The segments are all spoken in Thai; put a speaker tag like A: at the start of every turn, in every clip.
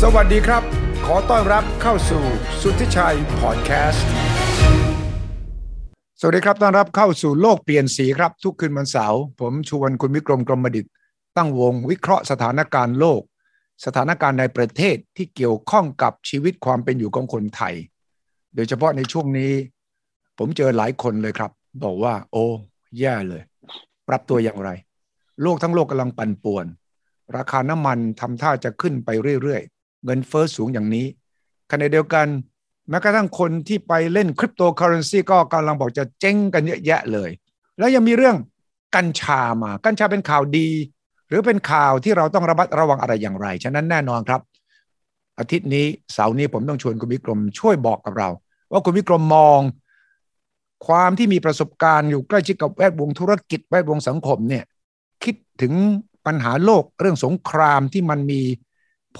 A: สวัสดีครับ ขอต้อนรับเข้าสู่สุทธิชัยพอดแคสต์ สวัสดีครับต้อนรับเข้าสู่โลกเปลี่ยนสีครับ ทุกคืนวันเสาร์ผมชวนคุณวิกรมกรมดิต ตั้งวงวิเคราะห์สถานการณ์โลก สถานการณ์ในประเทศที่เกี่ยวข้องกับชีวิตความเป็นอยู่ของคนไทย โดยเฉพาะในช่วงนี้ ผมเจอหลายคนเลยครับ บอกว่า โอ้แย่เลย ปรับตัวอย่างไร โลกทั้งโลกกำลังปั่นป่วน ราคาน้ำมันทำท่าจะขึ้นไปเรื่อยๆ เงินเฟอ้อสูงอย่างนี้ขณะเดียวกัน แม้กระทั่งคนที่ไปเล่นคริปโตเคอเรนซีก็กำลังบอกจะเจ๊งกันเยอะแยะเลย แล้วยังมีเรื่องกัญชามา กัญชาเป็นข่าวดี หรือเป็นข่าวที่เราต้องระมัดระวังอะไรอย่างไร ฉะนั้นแน่นอนครับ อาทิตย์นี้เสาร์นี้ผมต้องชวนคุณวิกรมช่วยบอกกับเรา ว่าคุณวิกรมมอง ความที่มีประสบการณ์อยู่ใกล้ชิดกับแวดวงธุรกิจแวดวงสังคมเนี่ย คิดถึงปัญหาโลกเรื่องสงครามที่มันมี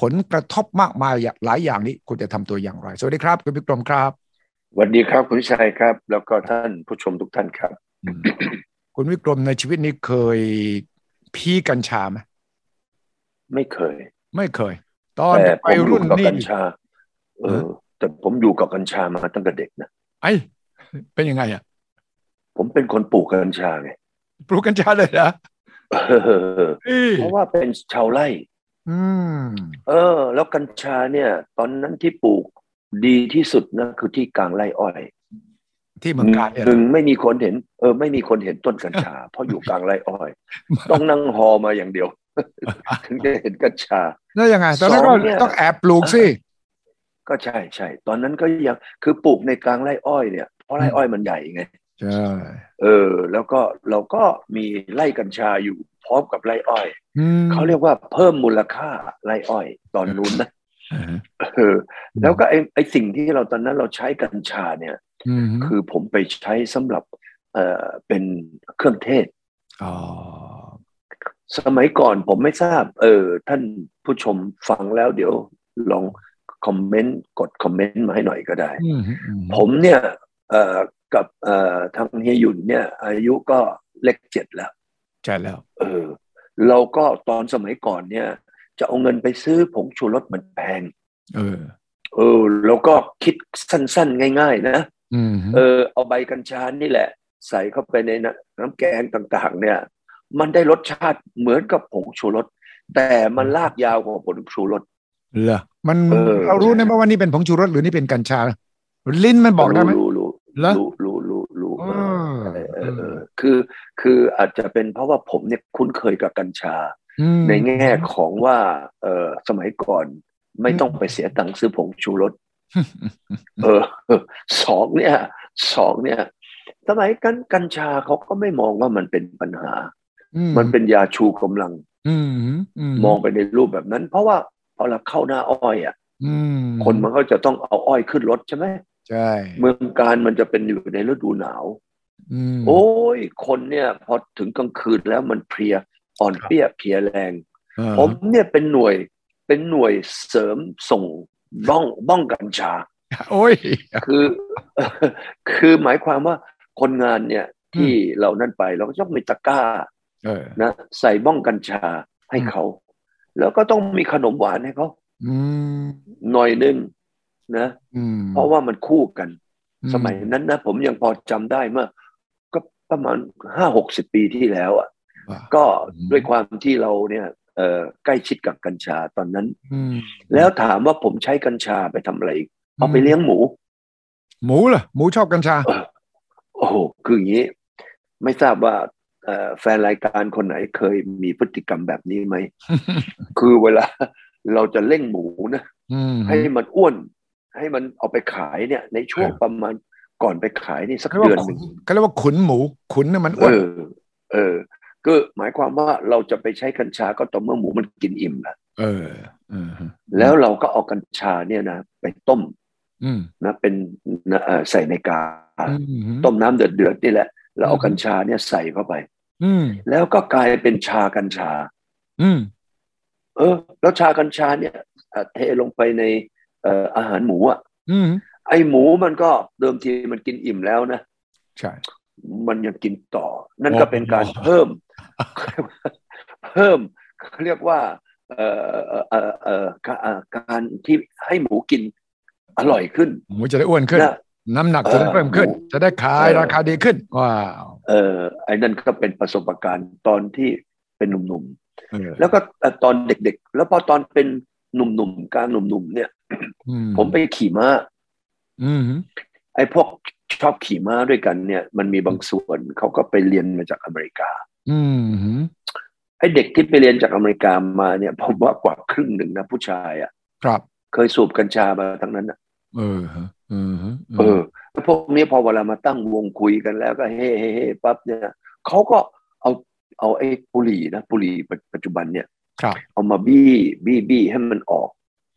A: ผลกระทบมากมายอย่างหลายอย่างนี้คุณจะทำตัวอย่างไร สวัสดีครับ คุณพิกรมครับ
B: สวัสดีครับคุณวิชัยครับ แล้วก็ท่านผู้ชมทุกท่านครับ
A: อืม คุณวิกรมในชีวิตนี้เคยพีกัญชาไหม
B: ไม่เคย
A: ไม่เคย ตอน
B: แต่ผ
A: ไป
B: มอยู่
A: รุ่น
B: กับ
A: นี่
B: กัญชา เออ แต่ผมอยู่กับกัญชามาตั้งแต่เด็กนะ
A: ไอ้เป็นยังไงอ่ะ
B: ผมเป็นคนปลูกกัญชา ไง
A: ปลูกกัญชาเลยนะ
B: เออ
A: อี้
B: เพราะว่าเป็นชาวไร่
A: อืม
B: เออ แล้วกัญชาเนี่ย ตอนนั้นที่ปลูกดีที่สุดนะคือที่กลางไร่อ้อย
A: ที่เมืองกาญเนี่ย
B: หนึ่งไม่มีคนเห็น เออ ไม่มีคนเห็นต้นกัญชา เพราะอยู่กลางไร่อ้อย ต้องนั่งหอมาอย่างเดียว ถึงจะเห็นกัญชา
A: แล้วยังไงตอนนั้นก็
B: สองเนี่ย
A: ต้องแอบปลูกสิ
B: ก็ใช่ใช่ตอนนั้นก็ยังคือปลูกในกลางไร่อ้อยเนี่ยเพราะไร่อ้อยมันใหญ่ไง
A: ใช่
B: เออ แล้วก็เราก็มีไร่กัญชาอยู่พร้อมกับไร่อ้อย
A: อืม
B: เขาเรียกว่าเพิ่มมูลค่าไร่อ้อย ตอนนู้นนะ
A: อ่าฮะ
B: เออแล้วก็ไอ้ไอ้สิ่งที่เราตอนนั้นเราใช้กัญชาเนี่ย
A: อืม
B: คือผมไปใช้สำหรับเอ่อเป็นเครื่องเทศ
A: อ๋อ
B: สมัยก่อนผมไม่ทราบ เออ ท่านผู้ชมฟังแล้วเดี๋ยวลองคอมเมนต์กดคอมเมนต์มาให้หน่อยก็ได้
A: อืมอืม
B: ผมเนี่ยเอ่อกับเอ่อทางเฮียหยุ่นเนี่ย อายุก็เลขเจ็ดแล้ว
A: ใช่แล้ว
B: เออ เราก็ตอนสมัยก่อนเนี่ย จะเอาเงินไปซื้อผงชูรสมันแพง
A: เออ
B: เออ แล้วก็คิดสั้นๆ ง่ายๆ นะ
A: อืม
B: เออ เอาใบกัญชานี่แหละ ใส่เข้าไปในนะน้ำแกงต่างๆ เนี่ย มันได้รสชาติเหมือนกับผงชูรส แต่มันลากยาวกว่าผงชูรส
A: เหรอมัน
B: เออ
A: เรารู้นะว่านี่เป็นผงชูรสหรือนี่เป็นกัญชา ลิ้นมันบอกได้ไหม
B: รู้รู้
A: เหรอ
B: รู้รู้รู้รู้
A: อ่า
B: เออเออเออคือคืออาจจะเป็นเพราะว่าผมเนี่ยคุ้นเคยกับกัญชา
A: อืม
B: ในแง่ของว่าเออสมัยก่อนไม่ต้องไปเสียตังค์ซื้อผงชูรส เอ อสองเนี่ยสองเนี่ย สมัยกันกัญชาเขาก็ไม่มองว่ามันเป็นปัญหา มันเป็นยาชูกำลัง
A: อืมอื
B: มองไปในรูปแบบนั้น เพราะว่าพอเราเข้าหน้าอ้อยอ่ะ
A: อืม
B: คนมันก็จะต้องเอาอ้อยขึ้นรถใช่ไหม
A: ใช่
B: เมืองการมันจะเป็นอยู่ในฤดูหนาว
A: ม
B: โอ้ยคนเนี่ยพอถึงกลางคืนแล้วมันเพลียอ่อนเปรี้ยเพลียแรง
A: เออ
B: ผมเนี่ยเป็นหน่วยเป็นหน่วยเสริมส่งบ้องบ้องกัญชา
A: โอ้ย
B: คือ คือหมายความว่าคนงานเนี่ย
A: อืม
B: ที่เรานั่นไปเราก็ต้องมีตะกร้า
A: เออ
B: นะใส่บ้องกัญชาให้
A: อืม
B: เขา แล้วก็ต้องมีขนมหวานให้เขา
A: อืม
B: หน่อยนึงนะ
A: อืม
B: เพราะว่ามันคู่กัน
A: อื
B: สมัยนั้นนะผมยังพอจำได้เมื่อก็ประมาณห้าหกสิบปีที่แล้วอ่ะ
A: ว่า
B: ก็
A: อืม
B: ด้วยความที่เราเนี่ยเอ่อใกล้ชิดกับกัญชาตอนนั้น
A: อืม
B: แล้วถามว่าผมใช้กัญชาไปทำอะไรอีกเอาไปเลี้ยงหมู
A: หมูล่ะหมูชอบกัญชา
B: โอ้โหคืออย่างนี้ ไม่ทราบว่าเอ่อแฟนรายการคนไหนเคยมีพฤติกรรมแบบนี้ ไหม คือเวลาเราจะเล่งหมูนะ
A: อืม
B: ให้มันอ้วน ให้มันเอาไปขายเนี่ย ในช่วงประมาณก่อนไปขายนี่สัก
A: เขาเรียก
B: เดือน
A: ว่า
B: ห
A: ขุน
B: นึ่ง
A: เขาเรียกว่าขุนหมูขุนน่ะมันอ้ว
B: เอ
A: น
B: อ เออ ก็หมายความว่าเราจะไปใช้กัญชาก็ต่อเมื่อหมูมันกินอิ่มแล้ว
A: เออเออฮะ
B: แล้วเราก็เอากัญชาเนี่ยนะไปต้ม
A: อืม
B: นะ เป็นนะเอ่อใส่ในกา
A: อืม
B: ต้มน้ำเดือดๆนี่แหละ แล้วเอากัญชาเนี่ยใส่เข้าไป
A: อืม
B: แล้วก็กลายเป็นชากัญชา
A: อืม
B: เออ แล้วชากัญชาเนี่ยเอ่อเทลงไปในเอ่ออาหารหมูอ่ะ
A: อืม
B: ไอหมูมันก็เดิมทีมันกินอิ่มแล้วนะ
A: ใช่
B: มันยังกินต่อ นั่น
A: โอ้
B: ก็เป็นการ
A: โอ้
B: เพิ่ม เพิ่มเขาเรียกว่า เอ่อเอ่อเอ่อเอ่อการเอ่อการที่ให้หมูกินอร่อยขึ้น
A: หมูจะได้อ้วนขึ้น
B: นะ
A: น้ำหนักจะได้เพิ่มขึ้น
B: เออ
A: จะได้ขาย
B: เออ
A: ราคาดีขึ้น ว้าว
B: เอ่อไอ้นั่นก็เป็นประสบการณ์ตอนที่เป็นหนุ่ม
A: เออ
B: ๆแล้วก็เอ่อตอนเด็กๆ แล้วพอตอนเป็นหนุ่มๆกลางหนุ่มๆเนี่ย
A: อื
B: ผมไปขี่ม้า
A: อืม
B: ไอ้พวกชอบขี่ม้าด้วยกันเนี่ย มันมีบางส่วนเขาก็ไปเรียนมาจากอเมริกา
A: อืมอืม
B: ไอ้เด็กที่ไปเรียนจากอเมริกามาเนี่ยผมว่ากว่าครึ่งหนึ่งนะผู้ชายอะ่ะ
A: ครับ
B: เคยสูบกัญชามาทั้งนั้นนะ
A: เออฮะเออฮะ
B: เออแล้วพวกนี้พอเวลามาตั้งวงคุยกันแล้วก็เฮ้เฮ้เฮ้ปั๊บเนี่ยเขาก็เอาเอาไอ้ปุหรี่นะปุหรี่ปัจปัจจุบันเนี่ย
A: ครับ
B: เอามาบี้บี้บี้ให้มันออก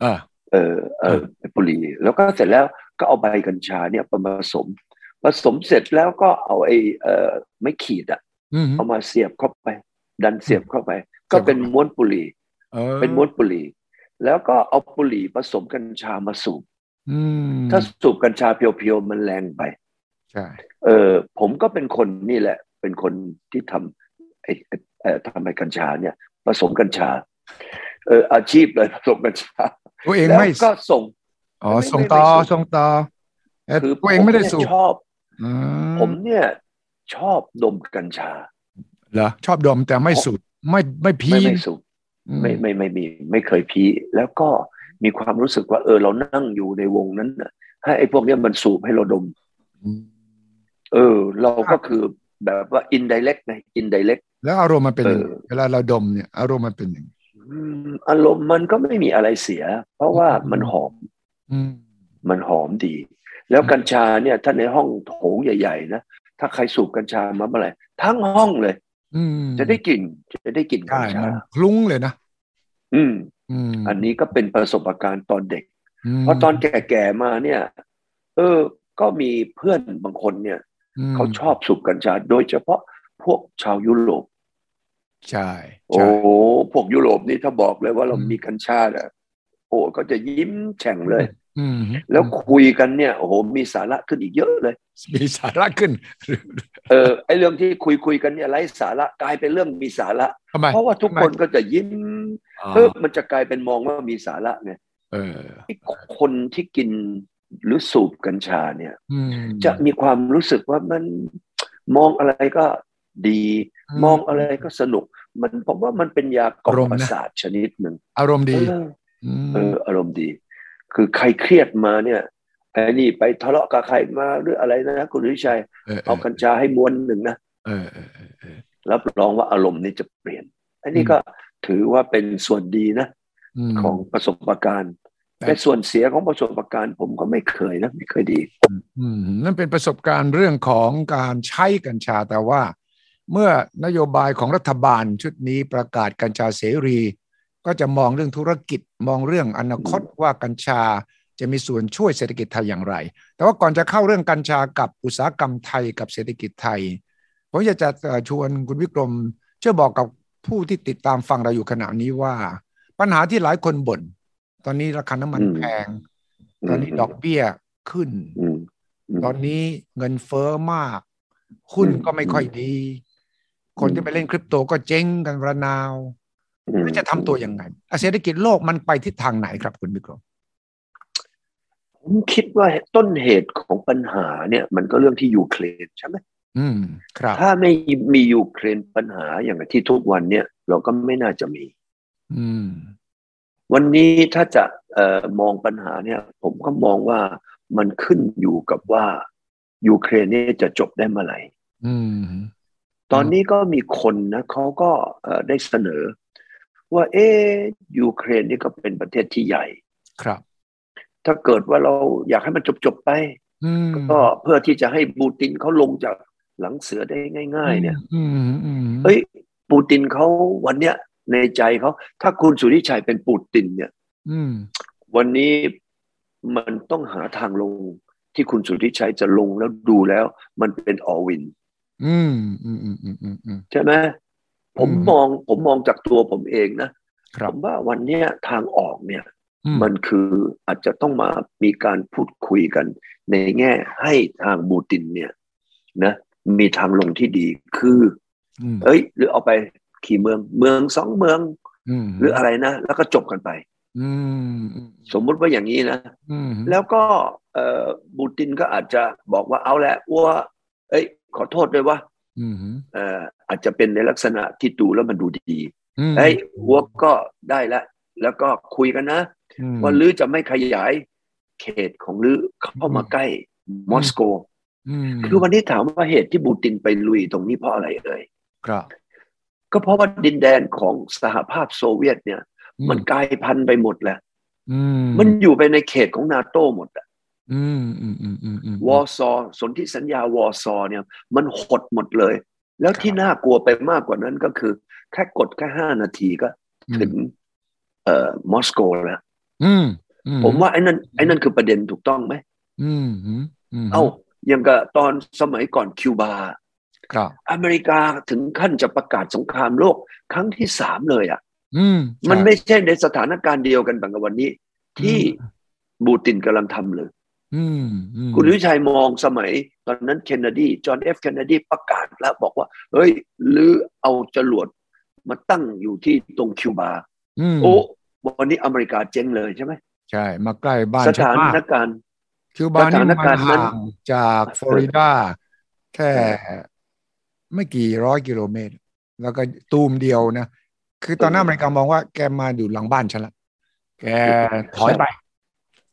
A: เอ่า
B: เออเออปุหรี่แล้วก็เสร็จแล้วก็เอาใบกัญชาเนี่ยมาผสม ผสมเสร็จแล้วก็เอาไอ้เออไม่ขีดอะ
A: อืม
B: เอามาเสียบเข้าไป ดันเสียบเข้าไป ก็
A: เสียบเข้าไป
B: เป็นม้วนปุหรี่
A: เออ
B: เป็นม้วนปุหรี่ แล้วก็เอาปุหรี่ผสมกัญชามาสูบ
A: อืม
B: ถ้าสูบกัญชาเพียวๆมันแรงไป
A: ใช่
B: เออผมก็เป็นคนนี่แหละ เป็นคนที่ทำไอ้เอ่อทำไอ้กัญชาเนี่ย ผสมกัญชา เอออาชีพเลย ผสมกัญชา
A: ตัวเอง
B: แล้ว
A: ไม่
B: ก็ส่ง
A: อ๋อ
B: ไม่
A: ส่ง
B: ไม่
A: ต่อ
B: ไม่สูบ
A: ส่งต่อเอ่อ
B: คือ
A: ตัวเองไม่ได้
B: ผ
A: สู
B: เนี่
A: บ
B: ยชอบ
A: อื
B: ผมเนี่ยชอบดมกัญชา
A: เหรอชอบดมแต่ไม่สูบไม่ไม่พี
B: ไม่ไม่สูบ
A: อืม
B: ไม่ไม่ไม่มีไม่เคยพีแล้วก็มีความรู้สึกว่าเออเรานั่งอยู่ในวงนั้นน่ะให้ไอ้พวกเนี้ยมันสูบให้เราดม
A: อืม
B: เออ เราก็คือแบบว่า indirect นะ indirect
A: แล้วอารมณ์มันเป็นยังไง
B: เออ
A: เวลาเราดมเนี่ยอารมณ์มันเป็นยังไง
B: อืมอารมณ์มันก็ไม่มีอะไรเสีย เพราะว่ามันหอม
A: อืม
B: มันหอมดี แล้วกัญชาเนี่ยถ้าในห้องโถงใหญ่ๆนะถ้าใครสูบกัญชามาเมื่อไหร่ทั้งห้องเลย
A: อืม
B: จะได้กลิ่นจะได้กลิ่นกั
A: ใช่
B: ญชา
A: มันคลุ้งเลยนะ
B: อืม
A: อืม
B: อันนี้ก็เป็นประสบการณ์ตอนเด็ก
A: ม
B: เพราะตอนแก่ๆมาเนี่ย เออ ก็มีเพื่อนบางคนเนี่ย
A: ม
B: เขาชอบสูบกัญชา โดยเฉพาะพวกชาวยุโรป
A: ใช่
B: โอ้
A: ใช่
B: โหพวกยุโรปนี่ถ้าบอกเลยว่าเรา
A: อืม
B: มีกัญชาเนี่ยโอ้ก็จะยิ้มแฉ่งเลย
A: อืม
B: แล้วคุยกันเนี่ยโอ้โหมีสาระขึ้นอีกเยอะเลย
A: มีสาระขึ้น
B: เออไอเรื่องที่คุยคุยๆกันเนี่ยไร้สาระกลายเป็นเรื่องมีสาระ
A: ทำไม
B: เพราะว่าทุกคนก็จะยิ้ม
A: อ๋อ
B: เพิ่มมันจะกลายเป็นมองว่ามีสาระไง
A: เออ
B: ไอ้คนที่กินหรือสูบกัญชาเนี่ย
A: อืม
B: จะมีความรู้สึกว่ามันมองอะไรก็ดี มองอะไรก็สนุก มันผมว่ามันเป็นยากล่อมประสาทชนิดหนึ่ง
A: อารมณ์ดี
B: เออ
A: ม
B: เออ
A: Mm,
B: อารมณ์ดี คือใครเครียดมาเนี่ยไอ้นี่ไปทะเลาะกับใครมาหรืออะไรนะคุณวิชัย
A: เออเอ
B: เอา
A: อ
B: กัญชาให้มวนหนึ่งนะ
A: เออเออเออเออ
B: รับรองว่าอารมณ์นี้จะเปลี่ยน อันนี้ก็ถือว่าเป็นส่วนดีนะ
A: ม
B: ของประสบการณ์
A: ครับ
B: แต่ส่วนเสียของประสบการณ์ ผมก็ไม่เคยนะไม่เคยดี
A: อืมนั่นเป็นประสบการณ์เรื่องของการใช้กัญชาแต่ว่า เมื่อนโยบายของรัฐบาลชุดนี้ประกาศกัญชาเสรี ก็จะมองเรื่องธุรกิจมองเรื่องอนาคตว่ากัญชาจะมีส่วนช่วยเศรษฐกิจไทยอย่างไร แต่ว่าก่อนจะเข้าเรื่องกัญชากับอุตสาหกรรมไทยกับเศรษฐกิจไทย ผมอยากจะเอ่อชวนคุณวิกรมช่วยบอกกับผู้ที่ติดตามฟังเราอยู่ขณะนี้ว่า ปัญหาที่หลายคนบ่นตอนนี้ราคาน้ำมัน
B: อืม
A: แพง ตอนนี้ดอกเบี้ยขึ้น
B: อืมอืม
A: ตอนนี้เงินเฟ้อมาก หุ้น
B: อืม
A: ก็ไม่ค่อยดี คน
B: อืม
A: ที่ไปเล่นคริปโตก็เจ๊งกันระนาว
B: อืม
A: แล้วจะทำตัวยังไงอ่ะเศรษฐกิจโลกมันไปทิศทางไหนครับคุณมิกรม
B: ผมคิดว่าต้นเหตุของปัญหาเนี่ย มันก็เรื่องที่ยูเครนใช่ไหม
A: อืม ครับ
B: ถ้าไม่มียูเครนปัญหาอย่างที่ทุกวันเนี่ย เราก็ไม่น่าจะมี
A: อืม
B: วันนี้ถ้าจะเอ่อมองปัญหาเนี่ย ผมก็มองว่ามันขึ้นอยู่กับว่ายูเครนเนี่ยจะจบได้เมื่อไหร่
A: อืม
B: ตอนนี้ก็มีคนนะเขาก็เอ่อได้เสนอ ว่าเอ๊ะยูเครนนี่ก็เป็นประเทศที่ใหญ่
A: ครับ
B: ถ้าเกิดว่าเราอยากให้มันจบๆไป
A: อืม
B: ก็เพื่อที่จะให้ปูตินเขาลงจากหลังเสือได้ง่าย ๆ เนี่ย
A: อืมอืมอืม
B: เอ้ย ปูตินเขาวันเนี้ยในใจเขาถ้าคุณสุริชัยเป็นปูตินเนี่ย
A: อืม
B: วันนี้มันต้องหาทางลงที่คุณสุริชัยจะลงแล้วดูแล้ว มันเป็นออลวิน
A: อืมอืมอืมอืมอืมอืม
B: ใช่ไหมผม
A: อืม
B: มองผมมองจากตัวผมเองนะ
A: ครั
B: ผ
A: บ
B: มว่าวันเนี้ยทางออกเนี่ย
A: อื
B: มันคืออาจจะต้องมามีการพูดคุยกัน ในแง่ให้ทางบูตินเนี่ยนะมีทางลงที่ดีคือ
A: อืม
B: เอ้ย หรือเอาไปขี่เมืองเมืองสองเมือง
A: ม
B: หรืออะไรนะ แล้วก็จบกันไป
A: อืม
B: สมมุติว่าอย่างนี้นะ
A: อืม
B: แล้วก็เอ่อบูตินก็อาจจะบอกว่าเอาแหละอ้วเอ้ย ขอโทษด้วยว่า
A: อืม
B: เอ่ออาจจะเป็นในลักษณะที่ดูแล้วมันดูดี
A: อืม
B: เอ้ยอ้วก็ได้ละ แล้วก็คุยกันนะ
A: อืม
B: ว่าลือจะไม่ขยายเขตของลือเข้ามาใกล้มอสโก
A: ม
B: คือวันนี้ถามว่าเหตุที่บูตินไปลุยตรงนี้เพราะอะไรเอ่ย
A: ครับ
B: ก็เพราะว่าดินแดนของสหภาพโซเวียตเนี่ย มันกลายพันธุ์ไปหมดแหละ
A: อืม
B: มันอยู่ไปในเขตของนาโต้หมดอะ
A: อืมอืมอืมอืมอืม
B: วอร์ซอว์สนธิสัญญาวอร์ซอว์เนี่ย มันหดหมดเลย แล้ว
A: ครับ
B: ที่น่ากลัวไปมากกว่านั้นก็คือ แค่กดแค่ห้านาทีก็ถึงเอ่อมอสโกแล้ว
A: อืมอื
B: ผมว่าไอ้นั่นไอ้นั่นคือประเด็นถูกต้องไหม
A: อืมอืมอืม
B: เอ้าอย่างกับตอนสมัยก่อนคิวบา
A: ครับ
B: อเมริกาถึงขั้นจะประกาศสงครามโลกครั้งที่สามเลยอะ่ะ
A: อืม
B: มัน
A: ใช่
B: ไม่ใช่ในสถานการณ์เดียวกันแบบกับวันนี้ ที่
A: อืม
B: บูตินกำลังทำเลย
A: อืมอืม
B: คุณวิชัยมองสมัย ตอนนั้นเคนเนดี จอห์นเอฟเคนเนดี ประกาศแล้วบอกว่า เฮ้ย หรือเอาจรวดมาตั้งอยู่ที่ตรงคิวบา
A: ม
B: โอ้วันนี้อเมริกาเจ๊งเลยใช่ไหม
A: ใช่มาใกล้บ้าน
B: ส
A: ฉัน
B: ถาน
A: มาก
B: การณ์
A: คิวบานี่
B: ส
A: มั
B: ถาน นการณ์นั้น
A: ห่างจากฟลอริดา แค่ ไม่กี่ร้อยกิโลเมตร แล้วก็ตูมเดียวนะ คือตอนนั้นอเมริกามองว่าแกมาอยู่หลังบ้านฉันละ แกถอยไป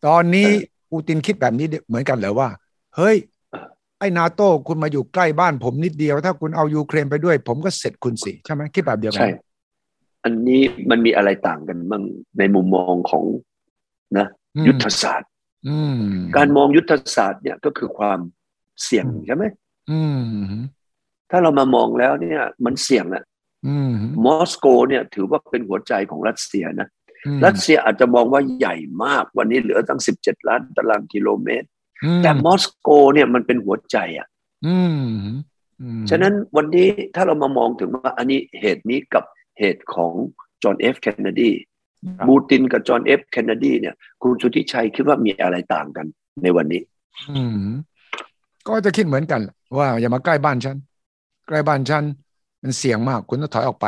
A: ตอนนี้ปูตินคิดแบบนี้เหมือนกันเหรอว่า เฮ้ย ไอ้นาโต้คุณมาอยู่ใกล้บ้านผมนิดเดียว ถ้าคุณเอายูเครนไปด้วย ผมก็เสร็จคุณสิ ใช่ไหมคิดแบบเดียวกั
B: ใช่ อันนี้มันมีอะไรต่างกันบ้างในมุมมองของ
A: อืม
B: ยุทธศาสตร์
A: อืม
B: การมองยุทธศาสตร์เนี่ยก็คือความเสี่ยงใช่ไหม
A: อืม
B: ถ้าเรามามองแล้วเนี่ยมันเสี่ยงอะ
A: อืม
B: มอสโกเนี่ยถือว่าเป็นหัวใจของรัสเซียนะ
A: อืม
B: รัสเซียอาจจะมองว่าใหญ่มากวันนี้เหลือตั้ง 17 ล้านตารางกิโลเมตร
A: อืม
B: แต่มอสโกเนี่ยมันเป็นหัวใจอะ
A: อืมอืม
B: ฉะนั้นวันนี้ถ้าเรามามองถึงว่าอันนี้เหตุนี้กับเหตุของจอห์นเอฟเคนเนดีบูตินกับจอห์นเอฟเคนเนดีเนี่ยคุณสุทธิชัยคิดว่ามีอะไรต่างกันในวันนี้
A: อืมก็จะคิดเหมือนกันแหละว่าอย่ามาใกล้บ้านฉัน ใกล้บ้านฉัน มันเสี่ยงมาก คุณต้องถอยออกไป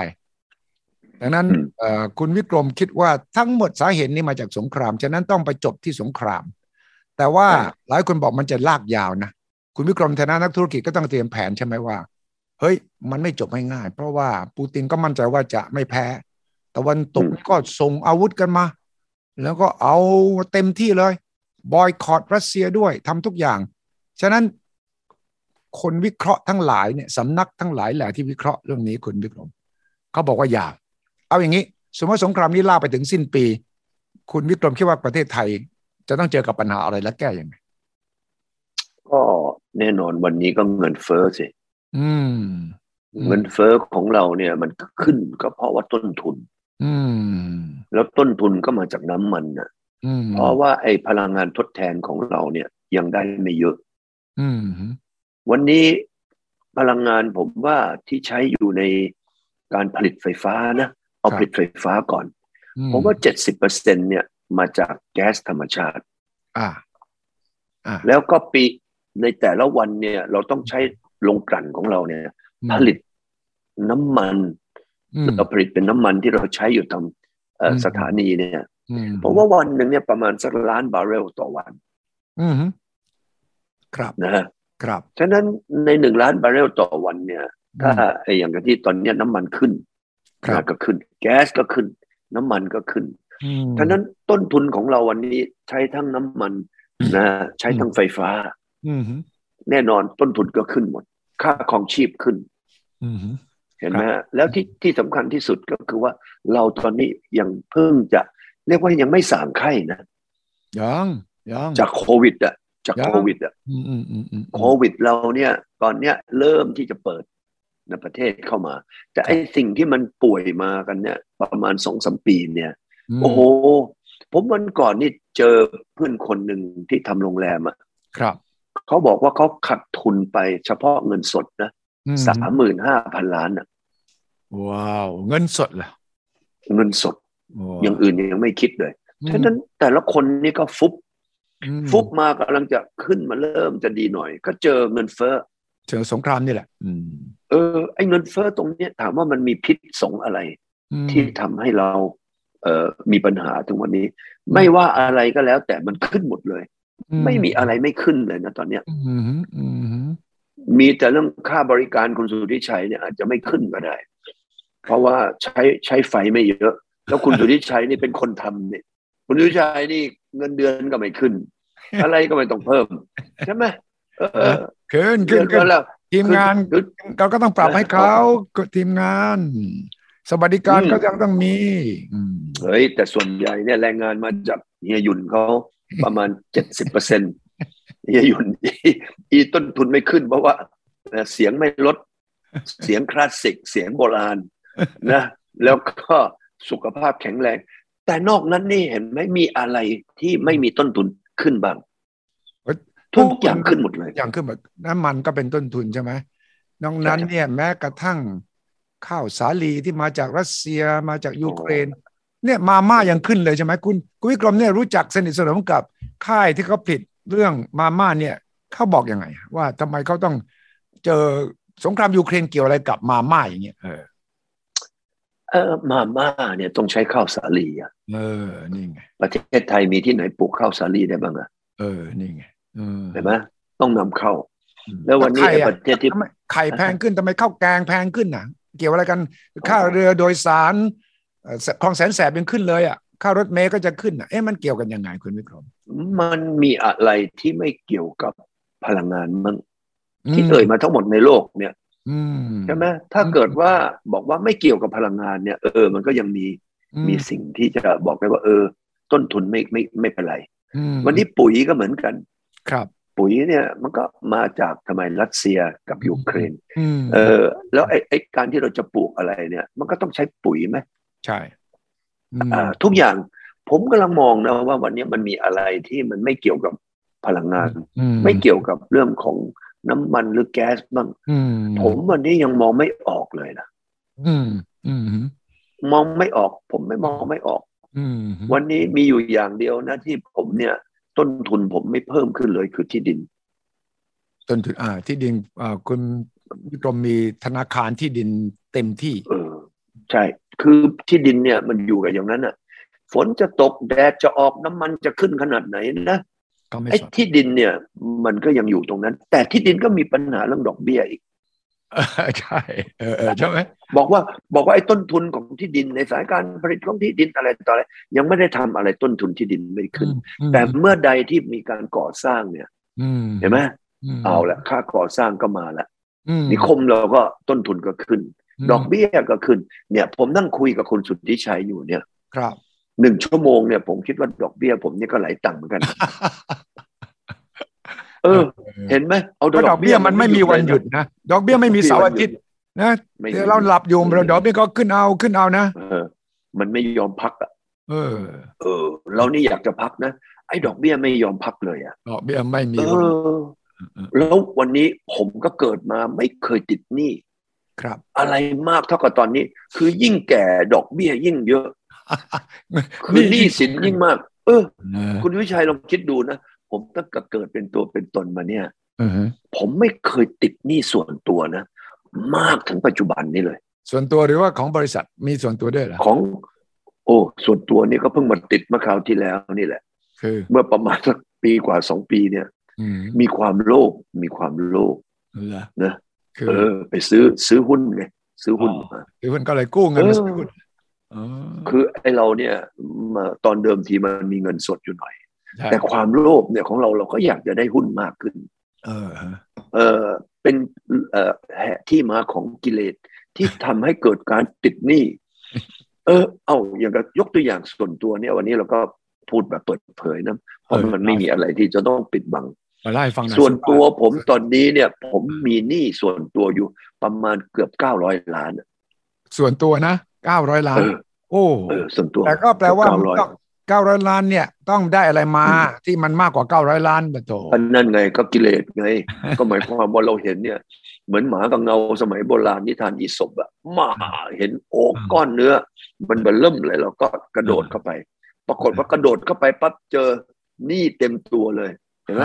A: ดังนั้น
B: อืม
A: เอ่อคุณวิกรมคิดว่าทั้งหมดสาเหตุนี้มาจากสงคราม ฉะนั้นต้องไปจบที่สงคราม แต่ว่าหลายคนบอกมันจะลากยาวนะ คุณวิกรมในฐานะนักธุรกิจก็ต้องเตรียมแผนใช่ไหมว่า เฮ้ย มันไม่จบง่ายๆเพราะว่าปูตินก็มั่นใจว่าจะไม่แพ้ ตะวันตก
B: อืม
A: ก็ส่งอาวุธกันมา แล้วก็เอาเต็มที่เลย บอยคอรดรัสเซียด้วยทำทุกอย่าง ฉะนั้น คนวิเคราะห์ทั้งหลายเนี่ยสำนักทั้งหลายแหละที่วิเคราะห์เรื่องนี้คุณวิกรมเขาบอกว่าอย่า เอาอย่างนี้ สมมติสงครามนี้ลากไปถึงสิ้นปี คุณวิกรมคิดว่าประเทศไทย จะต้องเจอกับปัญหาอะไรและแก้ยังไง
B: ก็แน่นอนวันนี้ก็เงินเฟ้อสิ
A: อืม อืม
B: เงินเฟ้อของเราเนี่ยมันก็ขึ้นก็เพราะว่าต้นทุน
A: อืม
B: แล้วต้นทุนก็มาจากน้ำมันนะ
A: อืม
B: เพราะว่าไอ้พลังงานทดแทนของเราเนี่ยยังได้ไม่เยอะ
A: อืม
B: วันนี้พลังงานผมว่าที่ใช้อยู่ในการผลิตไฟฟ้านะเอาผลิตไฟฟ้าก่อน
A: อื
B: ผมว่า 70%เนี่ยมาจากแก๊สธรรมชาติ
A: อ่า อ่า
B: แล้วก็ปีในแต่ละวันเนี่ยเราต้องใช้โรงกลั่นของเราเนี่ย ผลิตน้ำมัน
A: อืม
B: เราผลิตเป็นน้ำมันที่เราใช้อยู่ตามเอ่ออ
A: ม
B: สถานีเนี่ย
A: อืม
B: ผมว่าวันหนึ่งเนี่ยประมาณสักล้านบาร์เรลต่อวัน
A: อืมครับ
B: นะฮะ
A: ครับ
B: ฉะนั้นในหนึ่งล้านบาร์เรลต่อวันเนี่ย ถ้าไอ้อย่างที่ตอนเนี้ยน้ำมันขึ้น
A: ครับ
B: นะก็ขึ้น แก๊สก็ขึ้น น้ำมันก็ขึ้น
A: อืม
B: ฉะนั้นต้นทุนของเราวันนี้ใช้ทั้งน้ำมัน
A: อืม
B: นะใช้ทั้งไฟฟ้า
A: อืม
B: แน่นอนต้นทุนก็ขึ้นหมด ค่าครองชีพขึ้น
A: อืม
B: เห็นไหมฮะแล้วที่ที่สำคัญที่สุดก็คือว่าเราตอนนี้ยังเพิ่งจะเรียกว่ายังไม่สางไข้นะ
A: ยังยัง
B: จากโควิดอะจากโควิดอะ
A: อืมอืมอืมอืม
B: โควิดเราเนี่ยตอนเนี้ยเริ่มที่จะเปิดในประเทศเข้ามา แต่ไอ้สิ่งที่มันป่วยมากันเนี่ย ประมาณสองสมปีเนี่ย
A: ม
B: โอ้โห ผมวันก่อนนี่เจอเพื่อนคนหนึ่งที่ทำโรงแรมอ่ะ
A: ครับ
B: เขาบอกว่าเขาขาดทุนไปเฉพาะเงินสดนะ
A: อืม
B: สามหมื่นห้าพันล้านอ่ะ
A: ว้าว เงินสดเหรอ
B: เงินสด
A: โอ้
B: อย่างอื่นยังไม่คิดเลย
A: อืม
B: ฉะนั้นแต่ละคนนี่ก็ฟุบ
A: อืม
B: ฟุบมากำลังจะขึ้นมาเริ่มจะดีหน่อย ก็เจอเงินเฟ้อ
A: เจอสงครามนี่แหละ อืม
B: เออไอ้เงินเฟ้อตรงเนี้ยถามว่ามันมีพิษสงอะไร
A: อืม
B: ที่ทำให้เราเอ่อมีปัญหาถึงวันนี้ ไม่ว่าอะไรก็แล้ว แต่มันขึ้นหมดเลย ไม่มีอะไรไม่ขึ้นเลยนะตอนเนี้ย
A: อืมอืมอืม
B: มีแต่เรื่องค่าบริการคุณสุทธิชัยเนี่ยอาจจะไม่ขึ้นก็ได้ เพราะว่าใช้ใช้ไฟไม่เยอะ แล้วคุณสุทธิชัยนี่เป็นคนทำเนี่ย คุณสุทธิชัยนี่เงินเดือนก็ไม่ขึ้น อะไรก็ไม่ต้องเพิ่ม ใช่ไหมเออ
A: ขึ้น
B: เดื
A: ขึ้
B: อน น
A: ขึ้น
B: ก็แล้ว
A: ทีมงาน
B: ขึ้
A: เราก็ต้องปรับให้เขาทีมงาน สวัสดิการ
B: อืม
A: ก็ยังต้องมีอืม
B: เฮ้ยแต่ส่วนใหญ่เนี่ยแรงงานมาจากเฮียหยุ่นเขาประมาณเจ็ดสิบเปอร์เซ็นเฮียหยุ่นอีอีต้นทุนไม่ขึ้น เพราะว่าเอ่อเสียงไม่ลด เสียงคลาสสิก เสียงโบราณนะแล้วก็สุขภาพแข็งแรง แต่นอกนั้นนี่เห็นไหมมีอะไรที่ไม่มีต้นทุนขึ้นบ้างทุกอย่างขึ้นหมดเลย
A: อย่างขึ้นแบบน้ำมันก็เป็นต้นทุนใช่ไหมน้องนั้น
B: ใช่ครับ
A: เนี่ยแม้กระทั่งข้าวสาลีที่มาจากรัสเซียมาจากยูเครน เนี่ยมาม่ายังขึ้นเลยใช่ไหมคุณคุณวิกรมเนี่ยรู้จักสนิทสนมกับค่ายที่เขาผลิตเรื่องมาม่าเนี่ยเขาบอกยังไง ว่าทำไมเขาต้องเจอสงครามยูเครนเกี่ยวอะไรกับมาม่าอย่างเงี้ยเออ
B: เออมาม่าเนี่ยต้องใช้ข้าวสาลีอะ
A: เออนี่ไง
B: ประเทศไทยมีที่ไหนปลูกข้าวสาลีได้บ้างอะ
A: เออนี่ไงเออ
B: เห็นไหมต้องนำเข้า แล้ววันนี้
A: ไข่
B: ไอ้
A: อะ
B: ประเทศที่
A: ทำไมไข่แพงขึ้นทำไมข้าวแกงแพงขึ้นน่ะ เกี่ยวอะไรกันค่าเรือโดยสารเอ่อคลองแสนแสบยังขึ้นเลยอ่ะค่ารถเมล์ก็จะขึ้นน่ะเอ๊ะมันเกี่ยวกันยังไงคุณวิกรม
B: มันมีอะไรที่ไม่เกี่ยวกับพลังงานมั้ง
A: อืม
B: ที่เอ่ยมาทั้งหมดในโลกเนี่ย
A: อื
B: ใช่ไหมถ้าเกิดว่าบอกว่าไม่เกี่ยวกับพลังงานเนี่ยเออมันก็ยังมี
A: อื
B: มีสิ่งที่จะบอกได้ว่า เออ ต้นทุนไม่ไม่ไม่เป็นไร
A: อืม
B: วันนี้ปุ๋ยก็เหมือนกัน
A: ครับ
B: ปุ๋ยเนี่ยมันก็มาจากทำไมรัสเซียกับยูเครน
A: อืม
B: เออ แล้วไอ้ไอ้การที่เราจะปลูกอะไรเนี่ย มันก็ต้องใช้ปุ๋ยไหม
A: ใช่อืม
B: อ่า ทุกอย่างผมกำลังมองนะว่าวันนี้มันมีอะไรที่มันไม่เกี่ยวกับพลังงาน
A: อื
B: ไม่เกี่ยวกับเรื่องของน้ำมันหรือแก๊สบ้าง
A: อืม
B: ผมวันนี้ยังมองไม่ออกเลยนะ
A: อืมอืม
B: มองไม่ออก ผมไม่มองไม่ออก
A: อืม
B: วันนี้มีอยู่อย่างเดียวนะที่ผมเนี่ย ต้นทุนผมไม่เพิ่มขึ้นเลยคือที่ดิน
A: จนถึงอ่าที่ดินอ่าคุณวิกรมมีธนาคารที่ดินเต็มที่
B: เออ ใช่ คือที่ดินเนี่ยมันอยู่กับอย่างนั้นอ่ะ ฝนจะตกแดดจะออกน้ำมันจะขึ้นขนาดไหนนะ
A: ก็ไม่
B: ไอ้
A: สน
B: ที่ดินเนี่ย มันก็ยังอยู่ตรงนั้น แต่ที่ดินก็มีปัญหาเรื่องดอกเบี้ยอีก
A: เออใช่เออเออใช่ไหม
B: บอกว่าบอกว่าไอ้ต้นทุนของที่ดินในสายการผลิตของที่ดินอะไรต่ออะไรยังไม่ได้ทำอะไรต้นทุนที่ดินไม่ขึ้น แต่เมื่อใดที่มีการก่อสร้างเนี่ย
A: อืม
B: เห็นไหม
A: อืม
B: เอาละค่าก่อสร้างก็มาละ
A: อืม
B: นิคมเราก็ต้นทุนก็ขึ้น ดอกเบี้ยก็ขึ้น เนี่ย ผมนั่งคุยกับคุณสุทธิชัยอยู่เนี่ย
A: ครับ
B: หนึ่งชั่วโมงเนี่ยผมคิดว่าดอกเบี้ย ผมเนี่ยก็ไหลายตังค์เหมือนกัน เออ เห็นไหมเอา
A: เพราะดอกเบี้ยมันไม่มีวันหยุดนะดอกเบี้ยไม่มีเสาร์อาทิตย์นะ
B: ไม่มี
A: เดี๋ยวเราหลับอยู่เราดอกเบี้ยก็ขึ้นเอาขึ้นเอานะ
B: เออ มันไม่ยอมพักอะ
A: เออ
B: เออเรานี่อยากจะพักนะ ไอ้ดอกเบี้ยไม่ยอมพักเลยอ่ะ
A: ดอกเบี้ยไม่มี
B: เอ
A: วัน
B: อ แล้ววันนี้ผมก็เกิดมาไม่เคยติดหนี้
A: ครับ
B: อะไรมากเท่ากับตอนนี้ คือยิ่งแก่ดอกเบี้ยยิ่งเยอะ คือหนี้สินยิ่งมาก เออ
A: เออ
B: คุณวิชัยลองคิดดูนะ ผมตั้งแต่เกิดเป็นตัวเป็นตนมาเนี่ย
A: เออฮะ
B: ผมไม่เคยติดหนี้ส่วนตัวนะ มากถึงปัจจุบันนี้เลย
A: ส่วนตัวหรือว่าของบริษัทมีส่วนตัวด้วยเหรอ
B: ของ โอ้ส่วนตัวนี่ก็เพิ่งมาติดเมื่อคราวที่แล้วนี่แหละ
A: คือ
B: เมื่อประมาณสักปีกว่าสองปีเนี่ย
A: อืม
B: มีความโลภ มีความโลภ
A: เหรอ
B: นะ
A: คือ
B: เออ ไปซื้อซื้อหุ้นไงซื้อหุ้น
A: อ๋อ
B: มา
A: คือมันก็เลยกู้เงินมาซื้อ
B: เออ
A: หุ้นอ๋อ
B: คือไอ้เราเนี่ยมาตอนเดิมทีมันมีเงินสดอยู่หน่อย
A: ใช่
B: แต่ความโลภเนี่ยของเราเราก็อยากจะได้หุ้นมากขึ้น
A: เออฮะ
B: เออเป็นเอ่อแหะที่มาของกิเลสที่ทำให้เกิดการติดหนี้เออ เอาอย่างกับยกตัวอย่างส่วนตัวเนี่ย วันนี้เราก็พูดแบบเปิดเผยนะเพราะมันไม่มีอะไรที่จะต้องปิดบัง
A: มาไล่าให้ฟังหน่อย
B: ส่วนตัวผมตอนนี้เนี่ย ผมมีหนี้ส่วนตัวอยู่ประมาณเกือบเก้าร้อยล้านอะ
A: ส่วนตัวนะเก้าร้อยล้าน
B: เออ
A: โอ้
B: เออส่วนตัว
A: แต่ก็แปลว่ามัน
B: 900
A: ต้องเก้าร้อยล้านเนี่ย ต้องได้อะไรมาที่มันมากกว่าเก้าร้อยล้านบะโถ
B: ก็นั่นไงก็กิเลสไง ก็หมายความว่าเราเห็นเนี่ย เหมือนหมากับเงาสมัยโบราณนิทานอีสบอะหมาเห็นโอ้ก้อนเนื้อ มันเบิ่มเริ่มเลยเราก็กระโดดเข้าไป ปรากฏว่ากระโดดเข้าไปปั๊บเจอหนี้เต็มตัวเลยเห็นไหม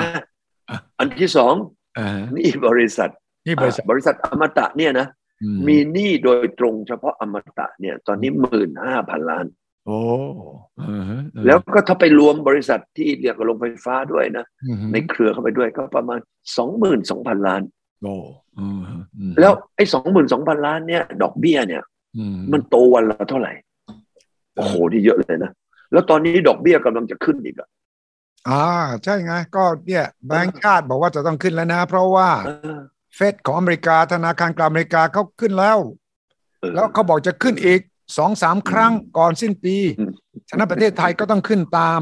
B: อันที่สอง
A: อ่า
B: หนี้บริษัท
A: นี่บริษัท
B: อ่ะบริษัทอมตะเนี่ยนะ
A: อื
B: มีหนี้โดยตรงเฉพาะอมตะเนี่ย ตอนนี้หมื่นห้าพันล้าน
A: โอ้เออฮะเออ
B: แล้วก็ถ้าไปรวมบริษัทที่เรียกกับโรงไฟฟ้าด้วยนะ
A: อือฮึ
B: ในเครือเข้าไปด้วยก็ประมาณสองหมื่นสองพันล้าน
A: โอ้เออฮะอืม
B: แล้วไอ้สองหมื่นสองพันล้านเนี่ย ดอกเบี้ยเนี่ย
A: อืม
B: มันโตวันละเท่าไหร่
A: เออ
B: โอ้โหที่เยอะเลยนะ แล้วตอนนี้ดอกเบี้ยกำลังจะขึ้นอีกอะ
A: อ่าใช่ไงก็เนี่ยแบงก์ชาติบอกว่าจะต้องขึ้นแล้วนะ เพราะว่า
B: เออ
A: เฟดของอเมริกาธนาคารกลางอเมริกาเขาขึ้นแล้ว
B: เออ
A: แล้วเขาบอกจะขึ้นอีกสองสามครั้งก่อนสิ้นปี
B: อืม
A: ฉะนั้นประเทศไทยก็ต้องขึ้นตาม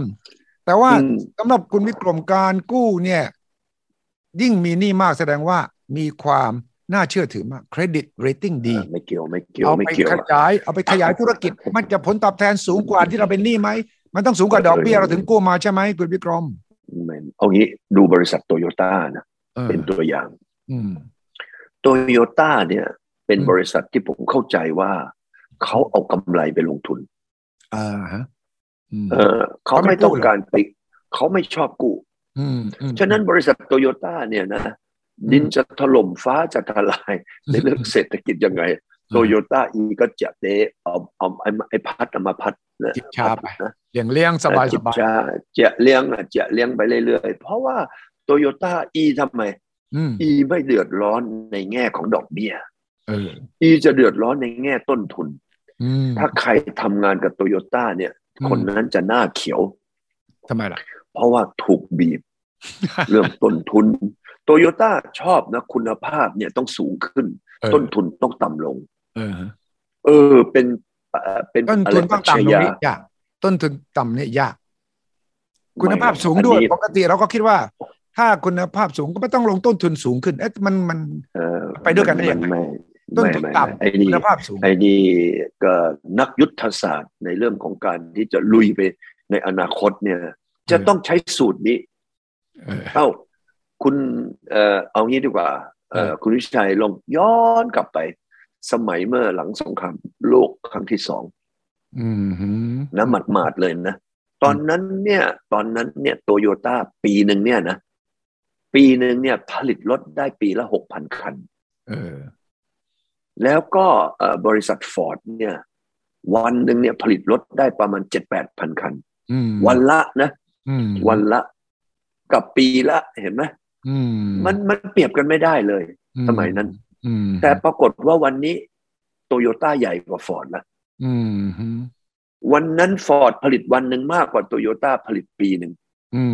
A: แต่ว่า
B: อืม
A: สำหรับคุณวิกรมการกู้เนี่ย ยิ่งมีหนี้มากแสดงว่ามีความน่าเชื่อถือมากเครดิตเรตติ้งดี
B: ไม่เกี่ยวไม่เกี่ยว
A: เอา
B: ไม่
A: ไป
B: เกี่ยว
A: ขยาย เอาไปขยายธุรกิจ มันจะผลตอบแทนสูงกว่าที่เราเป็นหนี้ไหม มันต้องสูงกว่าดอกเบี้ยเราถึงกู้มาใช่ไหมคุณวิกรม
B: ไม่เอางี้ดูบริษัทโตโยต้านะ
A: เออ
B: เป็นตัวอย่าง
A: อืม
B: โตโยต้าเนี่ย เป็น
A: อืม
B: บริษัทที่ผมเข้าใจว่าเขาเอากำไรไปลงทุน
A: อ่าฮะอืม
B: เออเขาไม่
A: เขาไม่กู้
B: ต้อง
A: เหรอ
B: การไปเขาไม่ชอบกู้
A: อืมอืม
B: ฉะนั้นบริษัทโตโยต้าเนี่ยนะ ดินจะถล่มฟ้าจะทลาย ในเรื่องเศรษฐกิจยังไงโตโยต้าอีก็จะเดเอาเอาไอ้ไอ้พัดเอามาพัดนะ
A: จิบชาไป
B: นะ
A: เลี้ยงเลี้ยงสบาย
B: จิบบ
A: สาย
B: ชาจะเลี้ยงอ่ะจะเลี้ยงไปเรื่อยๆ เพราะว่าโตโยต้าอีทำไม
A: อืม
B: อีไม่เดือดร้อนในแง่ของดอกเบี้ย
A: เออ
B: อีจะเดือดร้อนในแง่ต้นทุน
A: อืม
B: ถ้าใครทำงานกับโตโยต้าเนี่ย คนนั้นจะหน้าเขียว
A: ทำไมล่ะ
B: เพราะว่าถูกบีบ เรื่องต้นทุนโตโยต้าชอบนะคุณภาพเนี่ยต้องสูงขึ้น
A: เออ
B: ต้นทุนต้องต่ำลง
A: เออฮะ
B: เออเป็นเอ่อเป็น
A: ต้นทุนต้องต่ำตรงนี้
B: อะ
A: ยากต้นทุนต่ำเนี่ยยาก
B: ไร
A: คุณภาพสูง
B: อัน
A: ด้วย
B: นี้
A: ปกติเราก็คิดว่า ถ้าคุณภาพสูงก็ไม่ต้องลงต้นทุนสูงขึ้นเอ๊ะมันมัน
B: เออ
A: ไปด้วยกันได้ยังไง
B: ม่
A: ต้น
B: ไม่
A: ทุน
B: ไม่
A: ต่ำ
B: ไม่ไอ้นี่
A: คุณภาพสูง
B: ไอ้นี่ก็นักยุทธศาสตร์ในเรื่องของการที่จะลุยไปในอนาคตเนี่ย จะ
A: เออ
B: ต้องใช้สูตรนี้
A: เออ
B: เอ้าคุณเอ่อเอางี้ดีกว่าเอ่อ
A: เออ
B: คุณวิชัยลองย้อนกลับไป สมัยเมื่อหลังสงครามโลกครั้งที่สอง
A: อืมฮึ
B: นะหมาดๆเลยนะ ตอนนั้นเนี่ย ตอนนั้นเนี่ยโตโยต้าปีหนึ่งเนี่ยนะ ปีหนึ่งเนี่ยผลิตรถได้ปีละหกพันคัน
A: เออ
B: แล้วก็เอ่อบริษัทฟอร์ดเนี่ย วันหนึ่งเนี่ยผลิตรถได้ประมาณเจ็ดแปดพันคัน
A: อืม
B: วันละนะ
A: อืม
B: วันละกับปีละเห็นไหม
A: อื
B: มันมันเปรียบกันไม่ได้เลย สมัยนั้น
A: อืม
B: แต่ปรากฏว่าวันนี้โตโยต้าใหญ่กว่าฟอร์ดละ
A: อืมฮึ
B: วันนั้นฟอร์ดผลิตวันหนึ่งมากกว่าโตโยต้าผลิตปีหนึ่ง
A: อื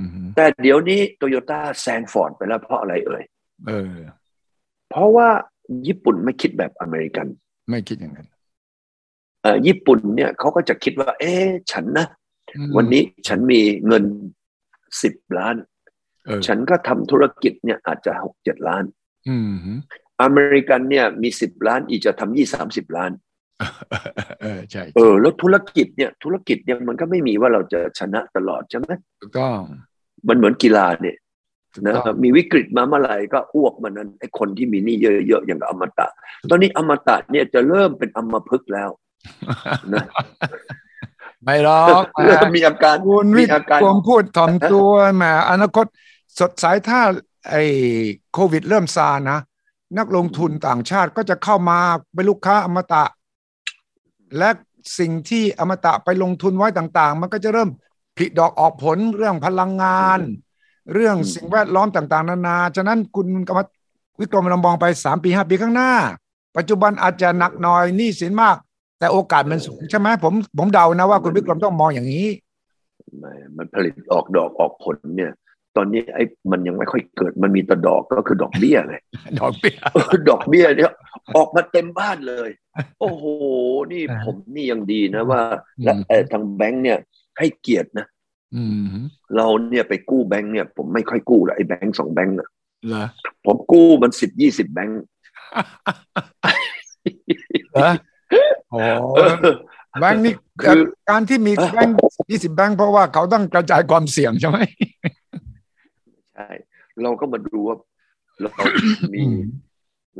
A: ม
B: แต่เดี๋ยวนี้โตโยต้าแซงฟอร์ดไปแล้วเพราะอะไรเอ่ย
A: เออ
B: เพราะว่าญี่ปุ่นไม่คิดแบบอเมริกัน
A: ไม่คิดอย่างนั้น
B: เอ่อญี่ปุ่นเนี่ยเขาก็จะคิดว่า เอ๊ะฉันนะ
A: อืม
B: วันนี้ฉันมีเงินสิบล้าน
A: เออ
B: ฉันก็ทำธุรกิจเนี่ยอาจจะหกเจ็ดล้าน
A: อืมฮึ
B: อเมริกันเนี่ยมีสิบล้านอีกจะทำยี่สามสิบล้าน
A: เออใช่
B: เออ แล้วธุรกิจเนี่ยธุรกิจเนี่ยมันก็ไม่มีว่าเราจะชนะตลอดใช่ไหม
A: ถูกต้อง
B: มันเหมือนกีฬาเนี่ย
A: ถูก
B: นะ
A: ต้อง
B: มีวิกฤตมาเมื่อไหร่ก็อ้วกมันนั้นไอ้คนที่มีหนี้เยอะๆอย่างกับอมตะ ตอนนี้อมตะเนี่ยจะเริ่มเป็นอมพฤกษ์แล้วนะ
A: ไม่หรอก
B: เริ่มมีอาการ
A: คุณวิ
B: มีอาการ
A: กรมพูดถ่อมตัวแหมอนาคตสดใสถ้าไอ้โควิดเริ่มซานะ นักลงทุนต่างชาติก็จะเข้ามาเป็นลูกค้าอมตะ และสิ่งที่อมตะไปลงทุนไว้ต่าง ๆ มันก็จะเริ่มผลิดอกออกผลเรื่องพลังงาน เรื่องสิ่งแวดล้อมต่าง ๆ นานา ฉะนั้นคุณกรรมวิกรมเรามองไปสามปีห้าปีข้างหน้า ปัจจุบันอาจจะหนักหน่อยหนี้สินมาก แต่โอกาสมันสูงใช่ไหมผมผมเดานะว่าคุณวิกรมต้องมองอย่างนี้
B: ไม่มันผลิตออกดอกออกผลเนี่ย ตอนนี้ไอ้มันยังไม่ค่อยเกิด มันมีแต่ดอกก็คือดอกเบี้ยไง
A: ดอกเบี้ย
B: ดอกเบี้ยเนี่ยออกมาเต็มบ้านเลย โอ้โห นี่
A: อ่า
B: ผมนี่ยังดีนะว่าและ
A: อืม
B: เอ่อทางแบงค์เนี่ยให้เกียรตินะ
A: อืม
B: เราเนี่ยไปกู้แบงค์เนี่ย ผมไม่ค่อยกู้ละไอ้แบงค์สองแบงค์น่ะ
A: เหรอ
B: ผมกู้มันสิบยี่สิบแบงค์
A: เหรอโอ้แบงค์นี่
B: คือ
A: การที่มีแบงค์ยี่สิบแบงค์เพราะว่าเขาต้องกระจายความเสี่ยงใช่ไหม
B: ใช่เราก็มาดูว่าเรา มี
A: อืม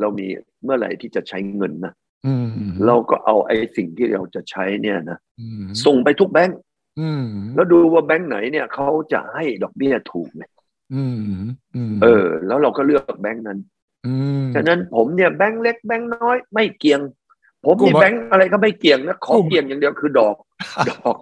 B: เรามีเมื่อไหร่ที่จะใช้เงินนะ
A: อืม
B: เราก็เอาไอ้สิ่งที่เราจะใช้เนี่ยนะ
A: อืม
B: ส่งไปทุกแบงก์
A: อืม
B: แล้วดูว่าแบงก์ไหนเนี่ยเขาจะให้ดอกเบี้ยถูกไหม
A: อืมม
B: เออ แล้วเราก็เลือกแบงก์นั้น
A: เ อืม
B: ฉะนั้นผมเนี่ยแบงค์เล็กแบงค์น้อยไม่เกี่ยง ผม
A: กู
B: มี
A: บอก
B: แบงค์อะไรก็ไม่เกี่ยงนะขอ
A: กู
B: เกี่ยงอย่างเดียวคือดอก ดอก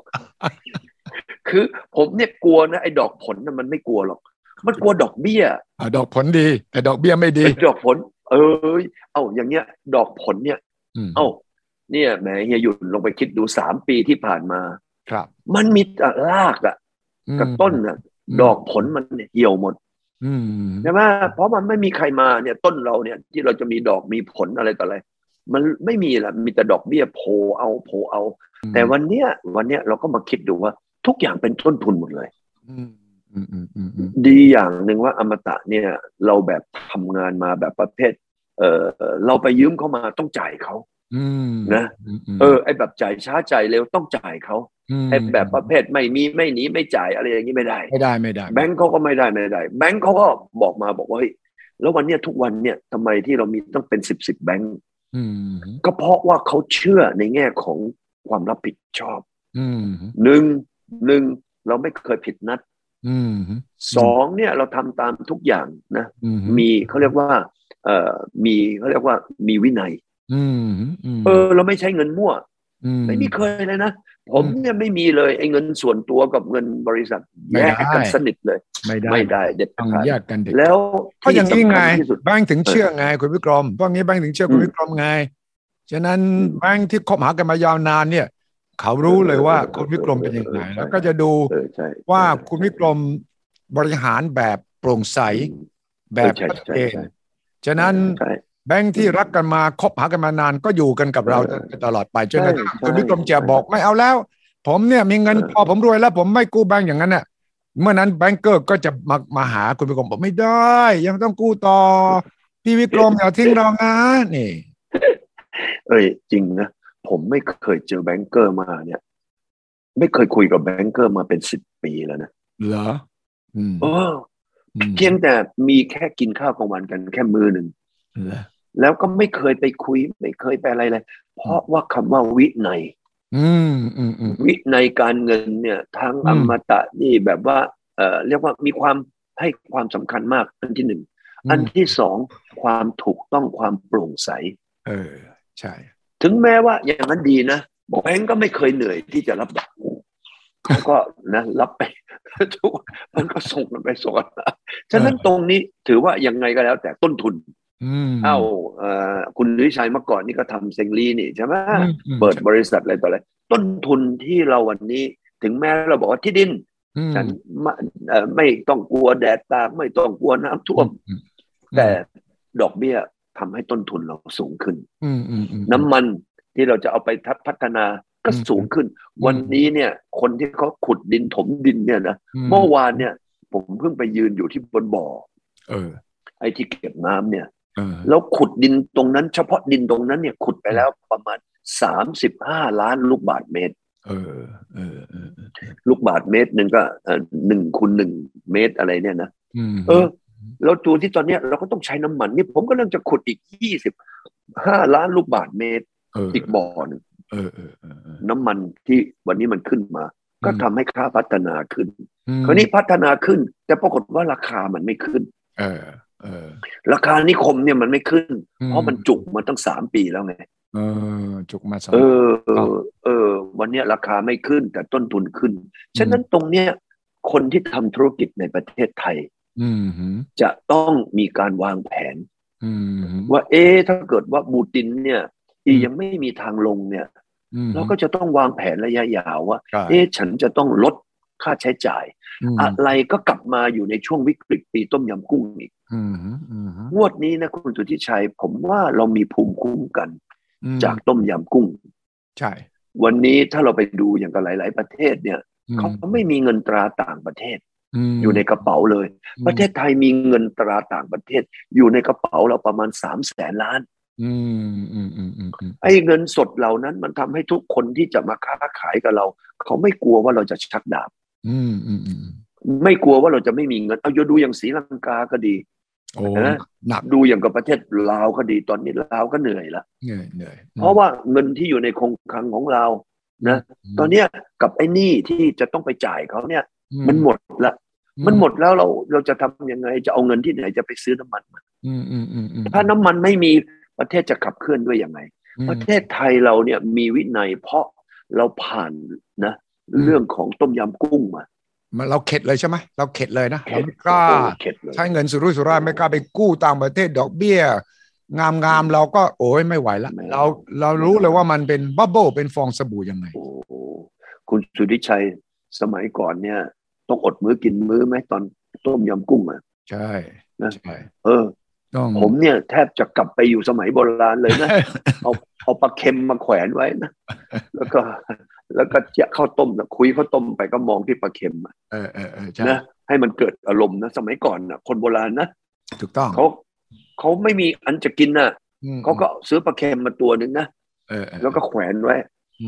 B: คือผมเนี่ยกลัวนะไอ้ดอกผลน่ะมันไม่กลัวหรอก มันกลัวดอกเบี้ย
A: อ่ะดอกผลดี แต่ดอกเบี้ยไม่ดี
B: ไอ้ดอกผล เอ้ยเอ้าอย่างเงี้ย ดอกผลเนี่ย
A: อืม
B: เอ้า เนี่ยแหมเฮียหยุ่นลงไปคิดดูสามปีที่ผ่านมา
A: ครับ
B: มันมีแต่รากอะ
A: อืม
B: กับต้นอะดอกผลมันเนี่ยเหี่ยวหมด
A: อืม
B: ใช่ไหมเพราะมันไม่มีใครมาเนี่ยต้นเราเนี่ยที่เราจะมีดอกมีผลอะไรต่ออะไร มันไม่มีละมีแต่ดอกเบี้ยโผล่เอาโผล่เอา แต่วันเนี้ยวันเนี้ยเราก็มาคิดดูว่าทุกอย่างเป็นต้นทุนหมดเลย
A: อืมอืมอืมอืมอืม
B: ดีอย่างหนึ่งว่าอมตะเนี่ยเราแบบทำงานมาแบบประเภทเออเราไปยืมเขามาต้องจ่ายเขา
A: อืม
B: นะ
A: อืมม
B: เออไอแบบจ่ายช้าจ่ายเร็วต้องจ่ายเขา
A: ม
B: ไอแบบประเภทไม่มีไม่หนีไม่จ่ายอะไรอย่างนี้ไม่ได้
A: ไม่ได้ไม่ได้
B: แบงก์เขาก็ไม่ได้ไม่ได้ แบงก์เขาก็บอกมาบอกว่าเฮ้ยแล้ววันเนี้ยทุกวันเนี่ยทำไมที่เรามีต้องเป็นสิบสิบแบงก์
A: อืม
B: ก็เพราะว่าเขาเชื่อในแง่ของความรับผิดชอบ
A: อืม
B: หนึ่งหนึ่งเราไม่เคยผิดนัด
A: อืม
B: สองเนี่ยเราทำตามทุกอย่างนะ
A: อืม
B: มีเขาเรียกว่าเอ่อมีเขาเรียกว่ามีวินัย
A: อืมอืม
B: เออ เราไม่ใช้เงินมั่ว
A: อืม
B: ไม่มีเคยเลยนะ ผมเนี่ยไม่มีเลยไอ้เงินส่วนตัวกับเงินบริษัท
A: ไม่
B: แย
A: ได้
B: กกันสนิทเลย
A: ไม่ได้
B: ไม่ได้เด็ด
A: ต้อง
B: ขาด
A: แยกกันเด็ก
B: แล้ว
A: เพราะอย่างนี้ไง
B: ที่สำคัญที่สุด
A: แบงค์ถึงเชื่อไงคุณวิกรมเพราะงี้แบงค์ถึงเชื่อคุณวิกรมไงฉะนั้นแบงค์ที่คบหากันมายาวนานเนี่ย เขารู้เลยว่าคุณวิกรมเป็นยังไงแล้วก็จะดู
B: เออใช่
A: ว่าคุณวิกรมบริหารแบบโปร่งใสแบบชัดเจนฉะนั้น
B: ใช่
A: แบงค์ที่รักกันมาคบหากันมานานก็อยู่กันกับเรา
B: เออ
A: ตลอดไปจนกระทั่ง
B: ใช่ใช่
A: คุณวิกรมจะบอกไม่เอาแล้ว ผมเนี่ยมีเงินพอผมรวยแล้ว ผมไม่กู้แบงค์อย่างนั้นน่ะ เมื่อนั้นแบงก์เกอร์ก็จะมามาหาคุณวิกรมบอกไม่ได้ ยังต้องกู้ต่อ พี่วิกรมอย่าทิ้งเรานะนี่
B: เอ้ยจริงนะ ผมไม่เคยเจอแบงเกอร์มาเนี่ย ไม่เคยคุยกับแบงเกอร์มาเป็นสิบปีแล้วนะ
A: เหรออืม
B: เออ
A: อืม
B: เพียงแต่มีแค่กินข้าวกลางวันกันแค่มือหนึ่ง
A: เหรอ
B: แล้วก็ไม่เคยไปคุย ไม่เคยไปอะไรเลย เพราะว่าคำว่าวินัย
A: อืมอืมอืม
B: วินัยการเงินเนี่ยทาง
A: อื
B: อ
A: ม
B: มตะนี่แบบว่าเออเรียกว่ามีความให้ความสำคัญมากอันที่หนึ่ง อันที่สองความถูกต้องความโปร่งใส
A: เออ ใช่
B: ถึงแม้ว่าอย่างนั้นดีนะแบงก์ก็ไม่เคยเหนื่อยที่จะรับดอกเขาก็นะรับไป ทุกวันมันก็ส่งกันไปส่งกันมาฉะนั้น
A: เออ
B: ตรงนี้ถือว่ายังไงก็แล้ว แต่ต้นทุน
A: อืม
B: เอ้าเอ่อคุณลิชัยเมื่อก่อนนี่ก็ทำเซงลีนี่ใช่ไหม
A: อืมอืม
B: เปิดบริษัทอะไรต่ออะไรต้นทุนที่เราวันนี้ ถึงแม้เราบอกว่าที่ดิน
A: อืม
B: ฉันไม่เอ่อไม่ต้องกลัวแดดตากไม่ต้องกลัวน้ำท่วม
A: อืม
B: แต่ดอกเบี้ยทำให้ต้นทุนเราสูงขึ้น
A: อืมอืมอืม
B: น้ำมันที่เราจะเอาไปพัฒนาก็
A: อืม
B: สูงขึ้น
A: ม
B: วันนี้เนี่ย คนที่เขาขุดดินถมดินเนี่ยนะเมื่อวานเนี่ย ผมเพิ่งไปยืนอยู่ที่บนบ่อ
A: เออ
B: ไอ้ที่เก็บน้ำเนี่ย
A: เออ
B: แล้วขุดดินตรงนั้น เฉพาะดินตรงนั้นเนี่ยขุดไปแล้วประมาณ 35 ล้านลูกบาทเมตร
A: เออเออเออ
B: ลูกบาทเมตรหนึ่งก็หนึ่งคูณหนึ่งเมตรอะไรเนี่ยนะ
A: อืม
B: เออแล้วตัวที่ตอนเนี้ยเราก็ต้องใช้น้ำมันนี่ผมก็เริ่มจะขุดอีก 25 ล้านลูกบาทเมตร
A: เออ
B: อีกบ่อหนง
A: เออเออเออเออ
B: น้ำมันที่วันนี้มันขึ้นมา ก็
A: อืม
B: ทำให้ค่าพัฒนาขึ้น
A: อืม
B: คราวนี้พัฒนาขึ้น แต่ปรากฏว่าราคามันไม่ขึ้น
A: เออเออ
B: ราคานิคมเนี่ยมันไม่ขึ้น
A: อื
B: เพราะมันจุกมาตั้งสามปีแล้วไง
A: เออจุกมาสอง
B: เออเอ
A: ครับ
B: อเออ วันเนี้ยราคาไม่ขึ้น แต่ต้นทุนขึ้น ฉะนั้นตรงเนี้ยคนที่ทำธุรกิจในประเทศไทย
A: อืมหืม
B: จะต้องมีการวางแผน
A: อืมหืม
B: ว่าเอ๊ะถ้าเกิดว่าบูตินเนี่ย
A: อืม
B: ยังไม่มีทางลงเนี่ย
A: อืม
B: เราก็จะต้องวางแผนระยะยาวว่า
A: ใช่
B: เอ๊ะฉันจะต้องลดค่าใช้จ่าย
A: ม
B: อะไรก็กลับมาอยู่ในช่วงวิกฤตปีต้มยำกุ้งอีก
A: อืมฮึอืมฮึ
B: งวดนี้นะคุณสุทธิชัย ผมว่าเรามีภูมิคุ้มกัน
A: อืม
B: จากต้มยำกุ้ง
A: ใช่
B: วันนี้ถ้าเราไปดูอย่างกับหลาย ๆ ประเทศเนี่ย
A: อืม
B: เขาไม่มีเงินตราต่างประเทศ
A: ม
B: อยู่ในกระเป๋าเลย ประเทศไทยมีเงินตราต่างประเทศ อยู่ในกระเป๋าเราประมาณ3ามแสนล้าน
A: อืมอืมอืมอืมอืม
B: ไอ้เงินสดเหล่านั้นมันทำให้ทุกคนที่จะมาค้าขายกับเรา เขาไม่กลัวว่าเราจะชักดาบ
A: อืมอืมอืม
B: ไม่กลัวว่าเราจะไม่มีเงินเอาอย่าดูอย่างศรีลังกาก็ดี
A: โอ้
B: เห็นไหม
A: หนัก
B: ดูอย่างกับประเทศลาวก็ดีตอนนี้ลาวก็เหนื่อยละ
A: เหนื่อยเหนื่อย
B: เพราะว่าเงินที่อยู่ในคงคลังของเรา นะ
A: ม
B: ตอนเนี้ยกับไอ้หนี้ที่จะต้องไปจ่ายเขาเนี่ย
A: อื
B: มันหมดละ มันหมดแล้วเราเราจะทำยังไง จะเอาเงินที่ไหนจะไปซื้อน้ำมัน
A: อืมอืมอืมอืม
B: ถ้าน้ำมันไม่มีประเทศจะขับเคลื่อนด้วยยังไง
A: อืม
B: ประเทศไทยเราเนี่ยมีวินัยเพราะเราผ่านนะ
A: อืม
B: เรื่องของต้มยำกุ้งมา
A: มันเราเข็ดเลยใช่ไหมเราเข็ดเลยนะเรา
B: เข็ด
A: ไม่กล้า
B: โอ้เข็ดเลย
A: ใช้เงินสุรุ่ยสุร่ายไม่กล้าไปกู้ต่างประเทศดอกเบี้ย งามๆเราก็โอ้ยไม่ไหวละเราเรารู้เลยว่ามันเป็นบับเบิลเป็นฟองสบู่ยังไง
B: โอ้โหคุณสุทธิชัยสมัยก่อนเนี่ย ต้องอดมื้อกินมื้อไหมตอนต้มยำกุ้งอ่ะ
A: ใช่
B: นะ
A: ใช่
B: เออ
A: ต้อง
B: ผมเนี่ยแทบจะกลับไปอยู่สมัยโบราณ เลยนะ เอาเอาปลาเค็มมาแขวนไว้นะ แล้วก็แล้วก็จะข้าวต้มนะคุยข้าวต้มไปก็มองที่ปลาเค็มอะ
A: เออเออเออใช่
B: นะให้มันเกิดอารมณ์นะสมัยก่อนนะคนโบราณนะ
A: ถูกต้อง
B: เขาเขาไม่มีอันจะกินนะ
A: อืม
B: เขาก็ซื้อปลาเค็มมาตัวหนึ่งนะ
A: เออเออ
B: แล้วก็แขวนไว้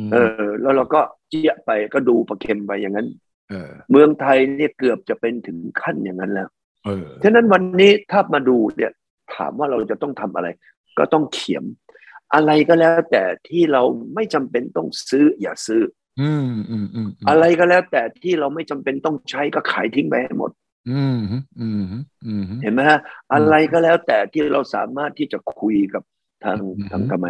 A: ม
B: เออ แล้วเราก็เจี๊ยะไปก็ดูปลาเค็มไปอย่างนั้น
A: เออ
B: เมืองไทยเนี่ยเกือบจะเป็นถึงขั้นอย่างนั้นแล้ว
A: เออ
B: ฉะนั้นวันนี้ถ้ามาดูเนี่ยถามว่าเราจะต้องทำอะไร ก็ต้องเขียม อะไรก็แล้วแต่ที่เราไม่จำเป็นต้องซื้ออย่าซื้อ
A: อืมอืมอืมม
B: อะไรก็แล้วแต่ที่เราไม่จำเป็นต้องใช้ก็ขายทิ้งไปให้หมด
A: อืมอืมอืม
B: เห็นไหมฮะอะไรก็แล้วแต่ที่เราสามารถที่จะคุยกับทาง
A: อืม
B: ทางทำไม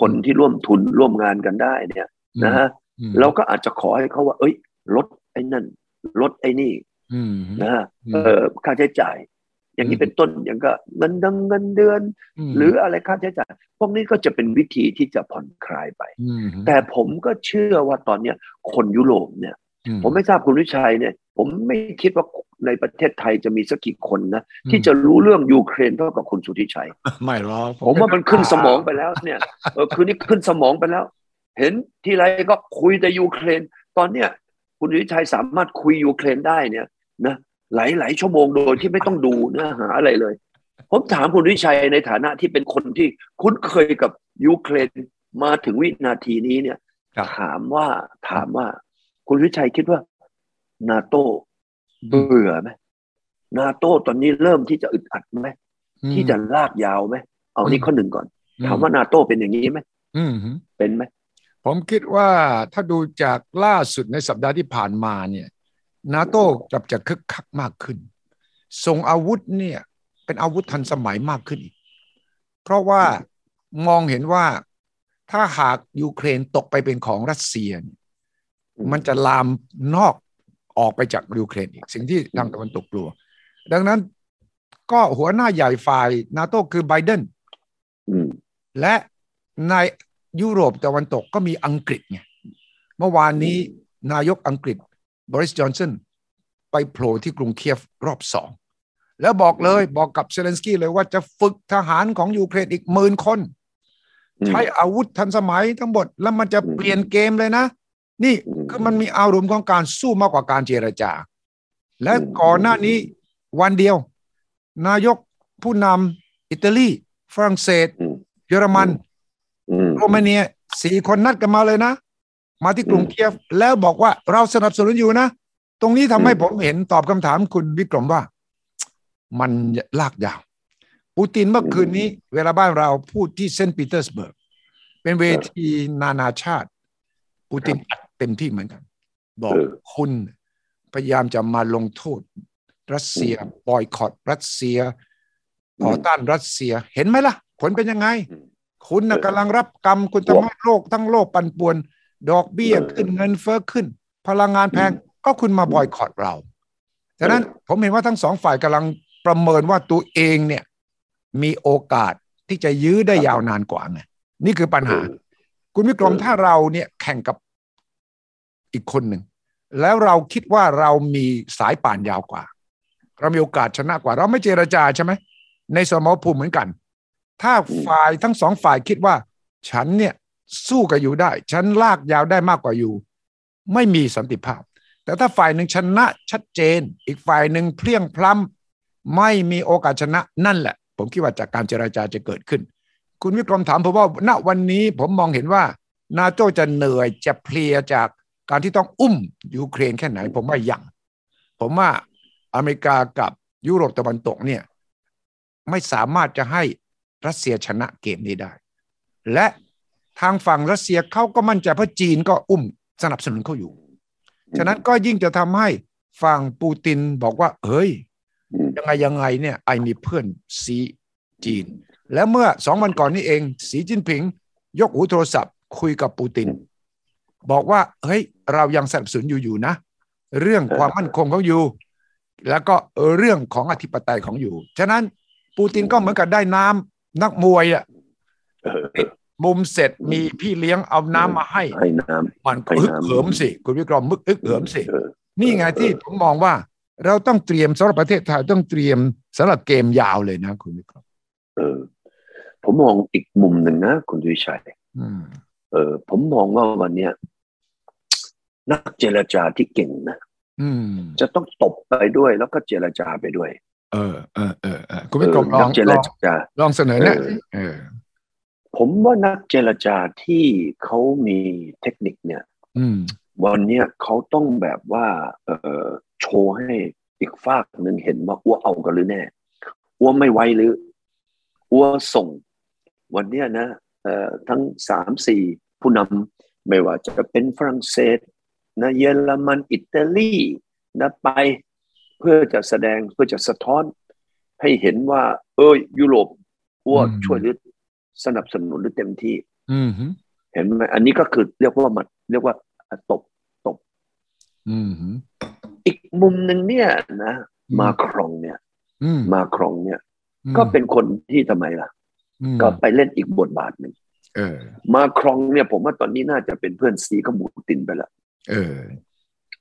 B: คนที่ร่วมทุนร่วมงานกันได้เนี่ยนะฮะ
A: อืม
B: เราก็อาจจะขอให้เขาว่า เอ้ยลดไอ้นั่นลดไอ้นี่
A: อืม
B: นะฮะ
A: อืม
B: เออค่าใช้จ่าย อย่างนี้
A: อืม
B: เป็นต้นอย่างก็เงินดงเงินเดือน
A: ม
B: หรืออะไรค่าใช้จ่ายพวกนี้ก็จะเป็นวิธีที่จะผ่อนคลายไป
A: ม
B: แต่ผมก็เชื่อว่าตอนเนี้ยคนยุโรปเนี่ย
A: อื
B: ผมไม่ทราบคุณวิชัยเนี่ย ผมไม่คิดว่าในประเทศไทยจะมีสักกี่คนนะที่จะรู้เรื่องยูเครนเท่ากับคุณสุทธิชัย
A: ไม่หรอก
B: ผมว่ามันขึ้นสมองไปแล้วเนี่ยเออคืนนี้ขึ้นสมองไปแล้ว เห็นทีไรก็คุยแต่ยูเครน ตอนเนี้ยคุณสุทธิชัยสามารถคุยยูเครนได้เนี่ยนะหลายหลายๆชั่วโมงโดยที่ไม่ต้องดูเนื้อหาอะไรเลย ผมถามคุณวิชัยในฐานะที่เป็นคนที่คุ้นเคยกับยูเครนมาถึงวินาทีนี้เนี่ย
A: ครับ
B: ถามว่าถามว่า คุณวิชัยคิดว่านาโต้เบื่อไหมนาโต้ตอนนี้เริ่มที่จะอึดอัดไหมที่จะลากยาวไหมเอานี่ข้อหนึ่งก่อน
A: อื
B: ถามว่านาโต้เป็นอย่างนี้ไหม
A: อืม
B: เป็นไหม
A: ผมคิดว่าถ้าดูจากล่าสุดในสัปดาห์ที่ผ่านมาเนี่ยนาโต้กลับจะคึกคักมากขึ้น ส่งอาวุธเนี่ยเป็นอาวุธทันสมัยมากขึ้นอีก เพราะว่ามองเห็นว่าถ้าหากยูเครนตกไปเป็นของรัสเซียเนี่ยมันจะลามนอกออกไปจากยูเครนอีก สิ่งที่ทางตะวันตกกลัว ดังนั้นก็หัวหน้าใหญ่ฝ่ายนาโต้คือไบเดน
B: อืม
A: และในยุโรปตะวันตกก็มีอังกฤษไงเมื่อวานนี้นายกอังกฤษบริสจอนสันไปโผล่ที่กรุงเคียฟรอบสอง แล้วบอกเลยบอกกับเซเลนสกี้เลยว่าจะฝึกทหารของยูเครนอีกหมื่นคน ใช้อาวุธทันสมัยทั้งหมด แล้วมันจะ
B: อืม
A: เปลี่ยนเกมเลยนะ นี่คือมันมีอารมณ์ของการสู้มากกว่าการเจรจา และก่อนหน้านี้วันเดียว นายกผู้นำอิตาลีฝรั่งเศส
B: อืม
A: เยอรมัน
B: อืม
A: โรมาเนียสี่คนนัดกันมาเลยนะ มาที่กรุง
B: อืม
A: เคียฟ แล้วบอกว่าเราสนับสนุนอยู่นะ ตรงนี้ทำให้
B: อืม
A: ผมเห็นตอบคำถามคุณวิกรมว่า มันลากยาว ปูตินเมื่อคืนนี้ เวลาบ้านเราพูดที่เซนต์ปีเตอร์สเบิร์ก เป็นเวทีนานาชาติ ปูตินอัดเต็มที่เหมือนกัน บอก
B: เออ
A: คุณพยายามจะมาลงโทษ รัสเซียบอยคอตรัสเซียต่อต้านรัสเซียเห็นไหมล่ะ ผลเป็นยังไง
B: อืม
A: คุณนะ
B: เออก
A: ำลังรับกรรม คุณ
B: ว
A: ทำให้โลกทั้งโลกปั่นป่วน ดอกเบี้ย
B: เออ
A: ขึ้นเงินเฟ้อขึ้น พลังงานแพงก็คุณมาบอยคอตเราฉะนั้นผมเห็นว่าทั้งสองฝ่ายกำลังประเมินว่าตัวเองเนี่ย มีโอกาสที่จะยื้อได้
B: ครับ
A: ยาวนานกว่าไงนี่คือปัญหา
B: เออ
A: คุณวิกรม
B: เออ
A: ถ้าเราเนี่ยแข่งกับอีกคนหนึ่ง แล้วเราคิดว่าเรามีสายป่านยาวกว่า เรามีโอกาสชนะกว่า เราไม่เจรจาใช่ไหม ในสมรภูมิเหมือนกัน ถ้าฝ่ายทั้งสองฝ่ายคิดว่า ฉันเนี่ยสู้กับอยู่ได้ ฉันลากยาวได้มากกว่าอยู่ ไม่มีสันติภาพ แต่ถ้าฝ่ายหนึ่งชนะชัดเจน อีกฝ่ายหนึ่งเพลียงพล้ำไม่มีโอกาสชนะนั่นแหละ ผมคิดว่าจากการเจราจาจะเกิดขึ้น คุณวิกรมถามผมว่าณวันนี้ผมมองเห็นว่า นาโตจะเหนื่อยจะเพลียจากการที่ต้องอุ้มยูเครนแค่ไหน ผมว่ายังผมว่าอเมริกากับยุโรปตะวันตกเนี่ย ไม่สามารถจะให้รัสเซียชนะเกมนี้ได้ และทางฝั่งรัสเซียเขาก็มั่นใจเพราะจีนก็อุ้มสนับสนุนเขาอยู่ ฉะนั้นก็ยิ่งจะทำให้ ฝั่งปูตินบอกว่า เฮ้ย
B: อืม
A: ยังไงยังไงเนี่ยไอมีเพื่อนซีจีน แล้วเมื่อสองวันก่อนนี้เองสีจิ้นผิง ยกหูโทรศัพท์ คุยกับปูติน บอกว่า เฮ้ย เรายังสนับสนุนอยู่อยู่นะ เรื่องความมั่นคงของอยู่ แล้วก็เรื่องของอธิปไตยของอยู่ ฉะนั้นปูตินก็เหมือนกับได้น้ำนักมวยอะ
B: เออ
A: มุมเสร็จมีพี่เลี้ยงเอาน้ำมาให้
B: ให้น้ำ
A: มันก็ฮึก
B: ไปน้ำ
A: เหิมสิ คุณวิกรมมึกอึกเหิมสิ
B: เออ
A: นี่ไง
B: เออ
A: ที่ผมมองว่า เราต้องเตรียมสำหรับประเทศไทยต้องเตรียมสำหรับเกมยาวเลยนะคุณวิกรม
B: เออ ผมมองอีกมุมหนึ่งนะ คุณดุยชัย
A: อืม
B: เออ ผมมองว่าวันเนี้ยนักเจรจาที่เก่งนะ
A: อืม
B: จะต้องตบไปด้วยแล้วก็เจรจาไปด้วย
A: เออเออเออเออคุณ
B: เอ
A: วิ
B: อก
A: รมล
B: นั
A: อง
B: เจ
A: ล
B: ร
A: อง
B: จา
A: ลองเสนอแนะ
B: เออ
A: เออ
B: ผมว่านักเจรจาที่เขามีเทคนิคเนี่ย
A: อืม
B: วันเนี้ยเขาต้องแบบว่า เออโชว์ให้อีกฝากหนึ่งเห็นว่าอ้วเอากันหรือแน่อ้วไม่ไว้หรืออ้วส่ง วันเนี้ยนะเอ่อทั้งสามสี่ผู้นำไม่ว่าจะเป็นฝรั่งเศสนะเยอรมันอิตาลีนะไป เพื่อจะแสดงเพื่อจะสะท้อน ให้เห็นว่า เอ้ย ยุโรปอ้ว
A: อืม
B: ช่วยหรือสนับสนุนหรือเต็มที่
A: อืมฮึ
B: เห็นไหมอันนี้ก็คือเรียกว่ามันเรียกว่าตบ
A: อืมฮึ
B: อีกมุมหนึ่งเนี่ยนะมาครองเนี่ย
A: อืม
B: มาครองเนี่ย ก็เป็นคนที่ทำไมล่ะ
A: อืม
B: ก็ไปเล่นอีกบทบาทหนึ่ง
A: เออ
B: มาครองเนี่ย ผมว่าตอนนี้น่าจะเป็นเพื่อนซีกับบูตินไปละ
A: เออ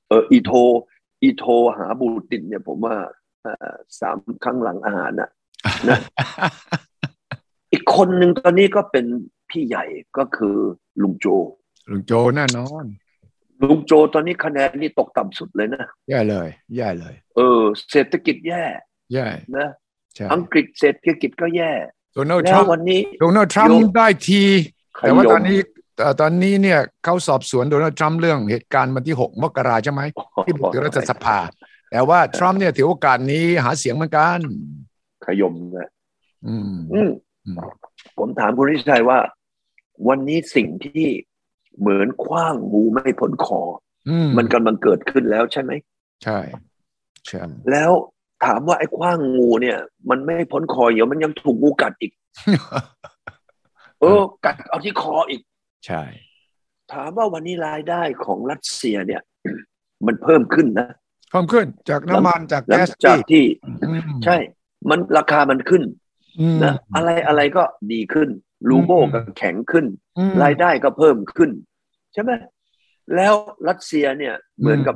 B: เอออีโท อีโทหาบูตินเนี่ย ผมว่าเอ่อสามครั้งหลังอาหารน่ะ อีกคนหนึ่งตอนนี้ก็เป็นพี่ใหญ่ก็คือลุงโจ
A: ลุงโจแน่นอน
B: ลุงโจตอนนี้คะแนนนี่ตกต่ำสุดเลยนะ
A: แย่เลยแย่เลย
B: เออ เศรษฐกิจแย่
A: แย่
B: นะ
A: ใช่
B: อังกฤษเศรษฐกิจก็แย่
A: โดนัลด์ท
B: แล้
A: รัม
B: ว
A: ป์
B: วันนี้
A: โดนัลด์ทรัมป์ได้ที
B: ขยม
A: แต่ว่าตอนนี้เอ่อตอนนี้เนี่ยเขาสอบสวนโดนัลด์ทรัมป์เรื่องเหตุการณ์วันที่ 6 มกราใช่ไหม ที่บุกถึงรัฐสภา แต่ว่าทรัมป์เนี่ยถือโอกาสนี้หาเสียงเหมือนกัน
B: ขยมนะ
A: อืม
B: อืม
A: อืม
B: ผมถามคุณริชัยว่า วันนี้สิ่งที่เหมือนคว้างงูไม่พ้นคอ
A: อื
B: อ
A: ม
B: มันกำลังเกิดขึ้นแล้วใช่ไหม
A: ใช่ใช่
B: แล้วถามว่าไอ้คว้างงูเนี่ย มันไม่พ้นคอเดี๋ยวมันยังถูกงูกัดอีก เออ กัดเอาที่คออีก
A: ใช่
B: ถามว่าวันนี้รายได้ของรัสเซียเนี่ย มันเพิ่มขึ้นนะ
A: เพิ่มขึ้นจากน้ำมันจาก
B: หลั
A: แก๊
B: ง
A: ส
B: จากที่
A: อืม
B: ใช่ มันราคามันขึ้น
A: อืม
B: นะอะไรอะไรก็ดีขึ้น รูโบ
A: อืม
B: ก็แข็งขึ้น
A: อืม
B: รายได้ก็เพิ่มขึ้น ใช่ไหมแล้วรัสเซียเนี่ยเหมือนกับ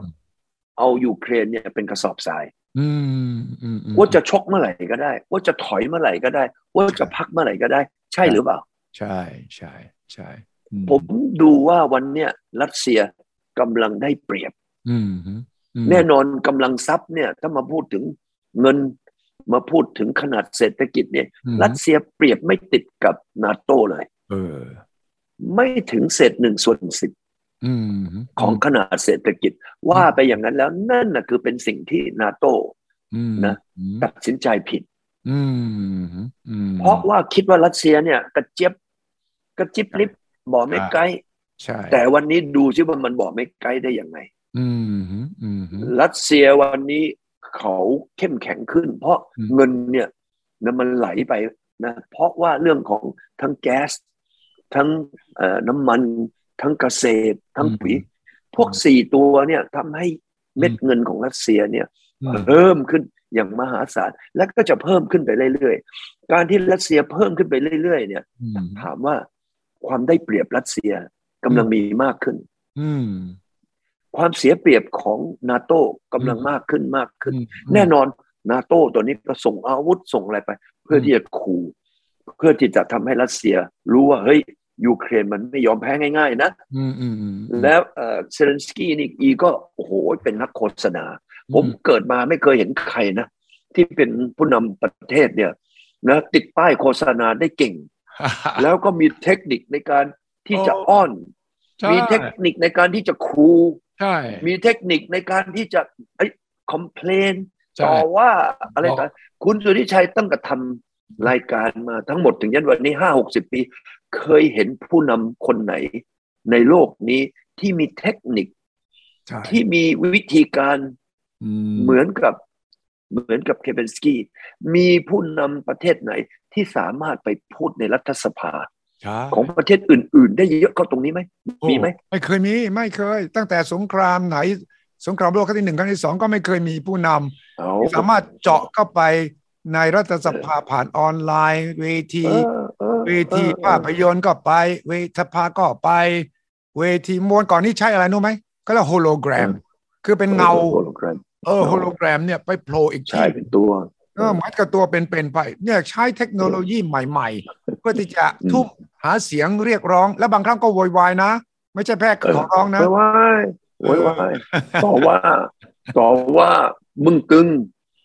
B: เอายูเครนเนี่ยเป็นกระสอบทราย
A: อืมอืมอืม
B: ว่าจะชกเมื่อไหร่ก็ได้ ว่าจะถอยเมื่อไหร่ก็ได้ ว่าจะพักเมื่อไหร่ก็ได้ ใช่หรือเปล่า
A: ใช่ใช่ใช่อื
B: ผมดูว่าวันเนี้ยรัสเซียกำลังได้เปรียบ
A: อืมอืม
B: แน่นอนกำลังทรัพย์เนี่ย ถ้ามาพูดถึงเงินมาพูดถึงขนาดเศรษฐกิจเนี่ย
A: อืม
B: รัสเซียเปรียบไม่ติดกับนาโตเลย
A: เออ
B: ไม่ถึงเศษหนึ่งส่วนสิบ
A: อืม
B: ของขนาดเศรษฐกิจว่าไปอย่างนั้นแล้วนั่นนะคือเป็นสิ่งที่นาโต้
A: อืมอืม
B: ตัดสินใจผิด
A: อืมอืม
B: เพราะว่าคิดว่ารัสเซียเนี่ย กระเจี๊ยบกระจิบลิบบอกไม่ไกล
A: ใช่
B: แต่วันนี้ดูซิว่ามันบอกไม่ไกลได้ยังไง
A: อืมฮึอืมฮึ
B: รัสเซียวันนี้เขาเข้มแข็งขึ้น เพราะ
A: อืม
B: เงินเนี่ยนะมันไหลไปนะเพราะว่าเรื่องของทั้งแก๊ส ทั้งเอ่อน้ำมัน ทั้งเกษตร ทั้งปุ๋ยพวกสี่ตัวเนี่ยทำให้เม็ดเงินของรัสเซียเนี่ย
A: อืม
B: เพิ่มขึ้นอย่างมหาศาลและก็จะเพิ่มขึ้นไปเรื่อยๆ การที่รัสเซียเพิ่มขึ้นไปเรื่อยๆ เนี่ย
A: อืม
B: ถามว่าความได้เปรียบรัสเซียกำลังมีมากขึ้น
A: อืม
B: ความเสียเปรียบของนาโต้กำลังมากขึ้นมากขึ้น แน่นอนนาโต้ตัวนี้ก็ส่งอาวุธส่งอะไรไป เพื่อที่จะขู่เพื่อที่จะทำให้รัสเซียรู้ว่าเฮ้ยยูเครนมันไม่ยอมแพ้ง่ายๆนะ
A: อืมอืมอืม
B: แล้วเอ่อเซเลนสกี้นี่อีก็โอ้โหเป็นนักโฆษณา ผมเกิดมาไม่เคยเห็นใครนะ ที่เป็นผู้นำประเทศเนี่ยนะติดป้ายโฆษณาได้เก่ง
A: แล้ว
B: แล้วก็มีเทคนิคในการที่จะ
A: โอ้
B: อ้อน
A: ใช่
B: มีเทคนิคในการที่จะคู
A: ใช่
B: มีเทคนิคในการที่จะไอ้คอมเพลน
A: ใช่
B: ต่อว่าอะไร
A: บอก
B: ต่างคุณสุริชัยตั้งแต่ทำรายการมาทั้งหมดถึงยันวันนี้ห้าหกสิบปี เคยเห็นผู้นำคนไหนในโลกนี้ที่มีเทคนิค
A: ใช่
B: ที่มีวิธีการ
A: ม
B: เหมือนกับเหมือนกับเคเบนสกี้มีผู้นำประเทศไหนที่สามารถไปพูดในรัฐสภา
A: ใช่
B: ของประเทศอื่น ๆ ได้เยอะกว่าตรงนี้ไหม
A: โอ้
B: มีไหม
A: ไม่เคยมีไม่เคย ตั้งแต่สงครามไหน สงครามโลกครั้งที่หนึ่งครั้งที่สองก็ไม่เคยมีผู้นำ
B: เอ
A: สามารถเจาะเข้าไปในรัฐสภาผ่านออนไลน์ เวที
B: เออออ
A: เวที
B: เออ
A: ภาพยนตร์ก็ไป เวทภาก็ไป เวทีมวลก่อนนี่ใช้อะไรรู้ไหมก็เรียกโฮโลแกรม คือเป็นเงา
B: โฮโลแกรม
A: เออโฮโลแกรมเนี่ยไปโผล่อีก
B: ใช่
A: ที่
B: เป็นตัว
A: เออเหมัดกับตัวเป็นๆไป เนี่ยใช้เทคโนโลยีใหม่ๆ เพื่อที่จะ
B: อืม
A: ทุ่มหาเสียงเรียกร้อง และบางครั้งก็โวยวายนะ ไม่ใช่แพ้ขอร้องนะ
B: โวยวายโวยวายต่อว่า ต่อว่ามึงตึง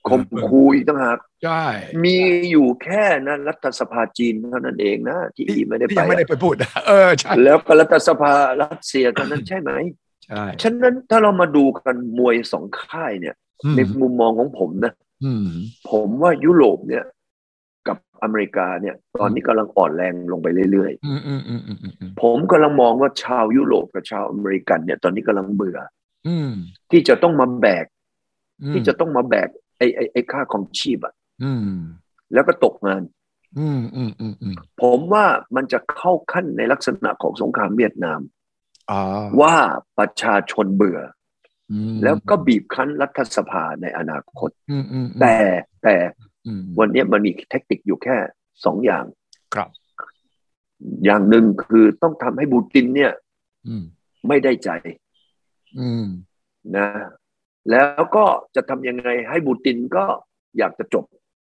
B: ข่มขู่อีกต่างหาก
A: ใช่
B: มีอยู่แค่นั้นรัฐสภาจีนเท่านั้นเองนะที่อีไม่ได้
A: ที่
B: ไป
A: ยังไม่ได้ไปพูด เออใช่
B: แล้วก็รัฐสภารัสเซียเท่านั้นใช่ไหม
A: ใช่
B: ฉะนั้นถ้าเรามาดูกันมวยสองค่ายเนี่ย
A: อืม
B: ในมุมมองของผมนะ
A: อืม
B: ผมว่ายุโรปเนี่ย กับอเมริกาเนี่ย ตอนนี้กำลังอ่อนแรงลงไปเรื่อย
A: อืมอืมอืมอืมอืมอืม
B: ๆ ผมกำลังมองว่าชาวยุโรปกับชาวอเมริกันเนี่ย ตอนนี้กำลังเบื่อ
A: อืม
B: ที่จะต้องมาแบก
A: อืม
B: ที่จะต้องมาแบกไอ้ไอ้ไอ้ค่าของชีพอะ
A: อืม
B: แล้วก็ตกงาน
A: อืมอืมอืมอืม
B: ผมว่ามันจะเข้าขั้นในลักษณะของสงครามเวียดนาม
A: อ่า
B: ว่าประชาชนเบื่อ
A: อืม
B: แล้วก็บีบคั้นรัฐสภาในอนาคต
A: อืมอืมอืม
B: แต่แต่
A: อืม
B: วันนี้มันมีเทคนิคอยู่แค่สองอย่าง
A: ครับ
B: อย่างหนึ่งคือต้องทำให้บูตินเนี่ย
A: อืม
B: ไม่ได้ใจ
A: อืม
B: นะ แล้วก็จะทำยังไงให้บูตินก็อยากจะจบ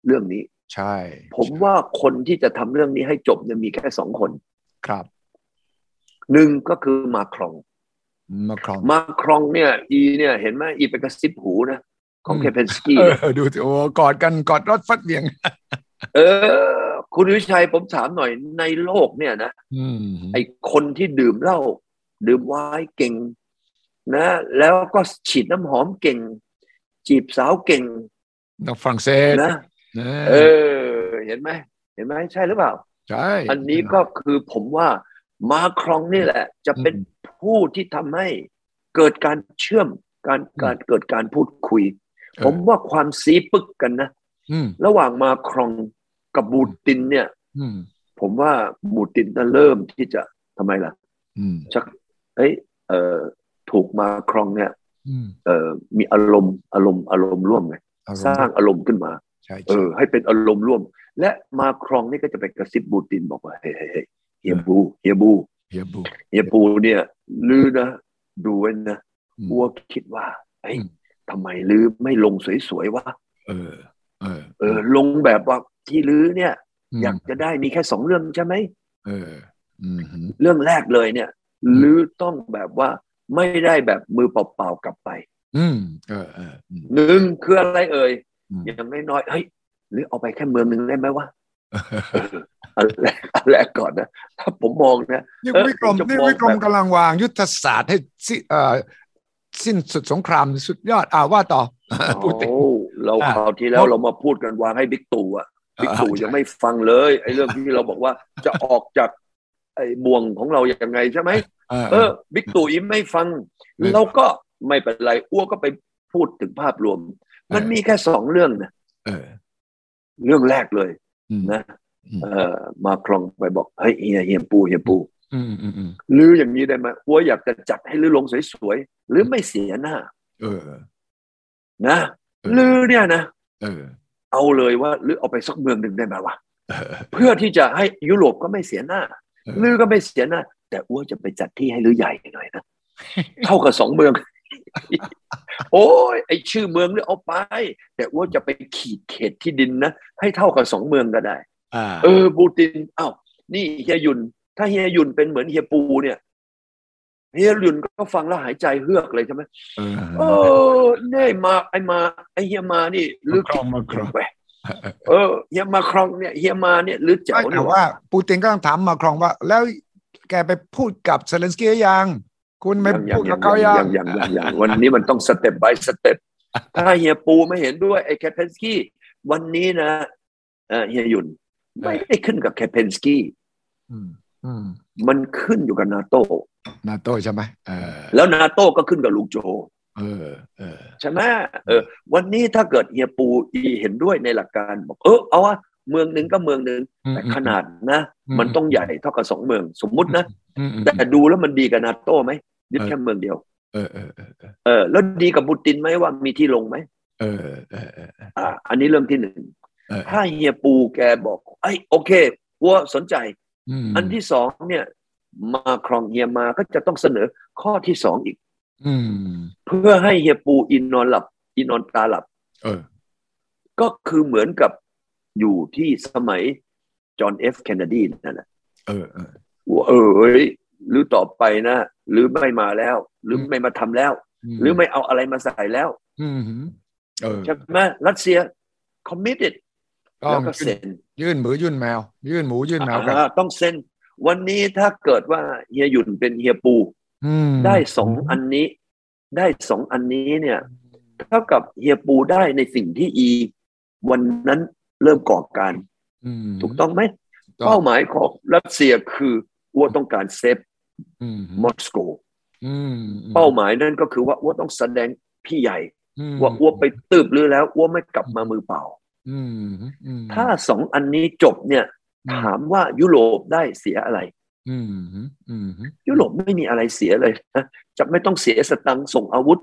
B: เรื่องนี้
A: ใช่
B: ผมว่าคนที่จะทำเรื่องนี้ให้จบเนี่ยมีแค่สองคน
A: ครับ
B: หนึ่งก็คือมาครอง
A: มาครอง
B: มาครองเนี่ย อีเนี่ยเห็นไหมอีไปกระซิบหูนะของเคเพนสกี้
A: เออดูสิโอ้กอดกันกอดรถฟัดเหวียง
B: เออ คุณวิชัยผมถามหน่อยในโลกเนี่ยนะ
A: อืม
B: ไอคนที่ดื่มเหล้าดื่มไวน์เก่ง นะ แล้วก็ฉีดน้ำหอมเก่ง จีบสาวเก่ง
A: นักฝรั่งเศส
B: นะ
A: นะ
B: เออ เห็นไหมเห็นไหมใช่หรือเปล่า
A: ใช่
B: อันนี้ก็คือผมว่ามาครองนี่แหละ จะเป็นผู้ที่ทำให้เกิดการเชื่อมการการเกิดการพูดคุย ผมว่าความสีปึกกันนะ
A: อืม
B: ระหว่างมาครองกับบูตินเนี่ย
A: อืม
B: ผมว่าบูตินน่ะเริ่มที่จะทำไมล่ะ
A: อืม
B: ชักเอ้ยเอ่อถูกมาครองเนี่ย
A: อืม
B: เอ่อมีอารมณ์อารมณ์อารมณ์ร่วมไง
A: อมณ์
B: สร้างอารมณ์ขึ้นมา
A: ใช่
B: เอ
A: ใช่
B: อ ให้เป็นอารมณ์ร่วม และมาครองนี่ก็จะไปกระซิบบูตินบอกว่าเฮ้ยเฮ้ยเฮ้ยเฮียบูเฮียบู
A: เฮียบุ
B: เฮียปูเนี่ยลือนะ ดูไว้นะ
A: อืม
B: อัวคิดว่าเฮ้ย
A: อืม
B: ทำไมลือไม่ลงสวยๆวะ
A: เออ เออ
B: เออ ลงแบบว่าที่ลือเนี่ย
A: ม
B: อยากจะได้มีแค่สองเรื่องใช่ไหม
A: เออ อืมฮึ
B: เรื่องแรกเลยเนี่ยลือต้องแบบว่าไม่ได้แบบมือเปล่าๆกลับไป
A: อืมเออเอออืม
B: หนึ่งคืออะไรเอ่ย
A: อืม
B: อย่างน้อยๆเฮ้ยหรือเอาไปแค่เมืองหนึ่งได้ไหมวะเอออันแรกอันแรกก่อนนะ ถ้าผมมองนะ
A: นี่
B: เออ
A: วิกรม
B: ผมจะ
A: นี่
B: มอง
A: วิกรม
B: แบบ
A: กำลังวางยุทธศาสตร์ให้สิเอ่อสิ้นสุดสงครามสุดยอดอ่าว่าต่อ พูดติด
B: โอ้เรา
A: อ่ะ
B: คราวที่แล้ว
A: หมด
B: เรามาพูดกันวางให้บิ๊กตู่อะบิ๊กตู่ยังไม่ฟังเลยไอ้เรื่องที่เราบอกว่าจะออกจากไอ้บ่วงของเรายังไงใช่ไหม
A: เออ
B: เออบิ๊กตู่อีไม่ฟัง เราก็ไม่เป็นไรอ้วกก็ไปพูดถึงภาพรวม มันมีแค่สองเรื่องนะ
A: เออ
B: เรื่องแรกเลย
A: อืม
B: นะ
A: อืม
B: เออมาครองไปบอกเฮ้ยเฮียเฮียปูเฮียปู
A: อืมอืมอืม
B: หรืออย่างนี้ได้ไหมอัวอยากจะจัดให้ลือลงสวยๆ หรือไม่เสียหน้า
A: เออ
B: นะ
A: เออ
B: ลือเนี่ยนะ
A: เออ
B: เอาเลยว่าลือเอาไปสักเมืองหนึ่งได้ไหมวะ
A: เออ
B: เพื่อที่จะให้ยุโรปก็ไม่เสียหน้า
A: เออ
B: ลือก็ไม่เสียหน้า แต่อัวจะไปจัดที่ให้ลือใหญ่หน่อย นะเท่ากับสองเมื อง โอ้ยไอชื่อเมืองเนี่ยเอาไป แต่อัวจะไปขีดเขตที่ดินนะให้เท่ากับสองเมืองก็ได้
A: อ่า
B: เออปูตินอ้าวนี่เฮียหยุน ถ้าเฮียหยุนเป็นเหมือนเฮียปูเนี่ยเฮียหยุนก็ฟังแล้วหายใจเฮือกเลยใช่ไหม
A: เออ
B: เออเนี่ยมาไอมาไอเฮียมานี่
A: มา
B: ลึก
A: ครองมาครอง
B: ไปเออเฮียมาครองเนี่ยเฮียมาเนี่ยลึกแจ๋
A: ไม่
B: วเนี่
A: แต่
B: ย
A: ว่า ปูตินก็ต้องถามมาครองว่า แล้วแกไปพูดกับเซเลนสกี้หรือยัง คุณไม่
B: ยัง
A: พูด
B: ยั
A: กับ
B: ง
A: เขายั
B: ยัง งยังยังยังวันนี้มันต้องสเต็ปบายสเต็ปถ้าเฮียปูไม่เห็นด้วยไอแคปเพนสกี้วันนี้นะเออเฮียหยุนไม่ได้ขึ้นกับแคปเพนสกี้
A: อืมอืม
B: มันขึ้นอยู่กับนาโต้
A: นาโต้ใช่ไหมเออ
B: แล้วนาโต้ก็ขึ้นกับลุงโจ
A: เออเออ
B: ใช่ไหมเออ วันนี้ถ้าเกิดเฮียปูอีเห็นด้วยในหลักการบอกเออเอาวะเมืองหนึ่งก็เมืองหนึ่งแต่ขนาดนะ มันต้องใหญ่เท่ากับสองเมืองสมมุตินะ
A: อืมอืม
B: แต่ดูแล้วมันดีกับนาโต้ไหมยึดแค่เมืองเดียว
A: เออเออเออเออ
B: เออแล้วดีกับบูตินไหมว่ามีที่ลงไหม
A: เออเออเออ
B: อ่า อันนี้เรื่องที่หนึ่ง
A: เออ
B: ถ้าเฮียปูแกบอกไอ้ยโอเควัวสนใจ
A: ม
B: อันที่สองเนี่ย มาครองเฮียมาก็จะต้องเสนอข้อที่สองอีก
A: อืม
B: เพื่อให้เฮียปูอินนอนหลับอินนอนตาหลับ
A: เออ
B: ก็คือเหมือนกับอยู่ที่สมัยจอห์นเอฟเคนเนดีนั่นแหละ
A: เออเออ
B: ว่าเออเอ้ยหรือต่อไปนะ หรือไม่มาแล้ว หรือไม่มาทำแล้ว หรือไม่เอาอะไรมาใส่แล้ว
A: อืมเออ
B: ใช่ไหมรัสเซีย committed
A: ต้อ
B: แล้ว
A: ง
B: ก็
A: ยื่
B: เซ็
A: น
B: น
A: ยื่นหมูยื่นแมว ยื่นหมูยื่นแมวกัน
B: อ่าต้องเซ็น วันนี้ถ้าเกิดว่าเฮียหยุ่นเป็นเฮียปู
A: อืม
B: ได้สองอันนี้ ได้สองอันนี้เนี่ยเท่ากับเฮียปูได้ในสิ่งที่อี วันนั้นเริ่มก่อการ
A: อืม
B: ถูกต้องไหม
A: ถูกต้อ
B: เป้าง หมายของรัสเซียคืออ้วต้องการเซฟ
A: อืม
B: มอสโก
A: อืม
B: เป้าหมายนั่นก็คือว่าอ้วต้องแสดงพี่ใหญ่
A: อืม
B: ว่าอ้วไปตืบลือแล้วอ้วไม่กลับมามือเปล่า
A: อืมอืม
B: ถ้าสองอันนี้จบเนี่ย
A: อืม
B: ถามว่ายุโรปได้เสียอะไร
A: อืมอืม
B: ยุโรปไม่มีอะไรเสียเลยนะจะไม่ต้องเสียสตังค์ส่งอาวุธ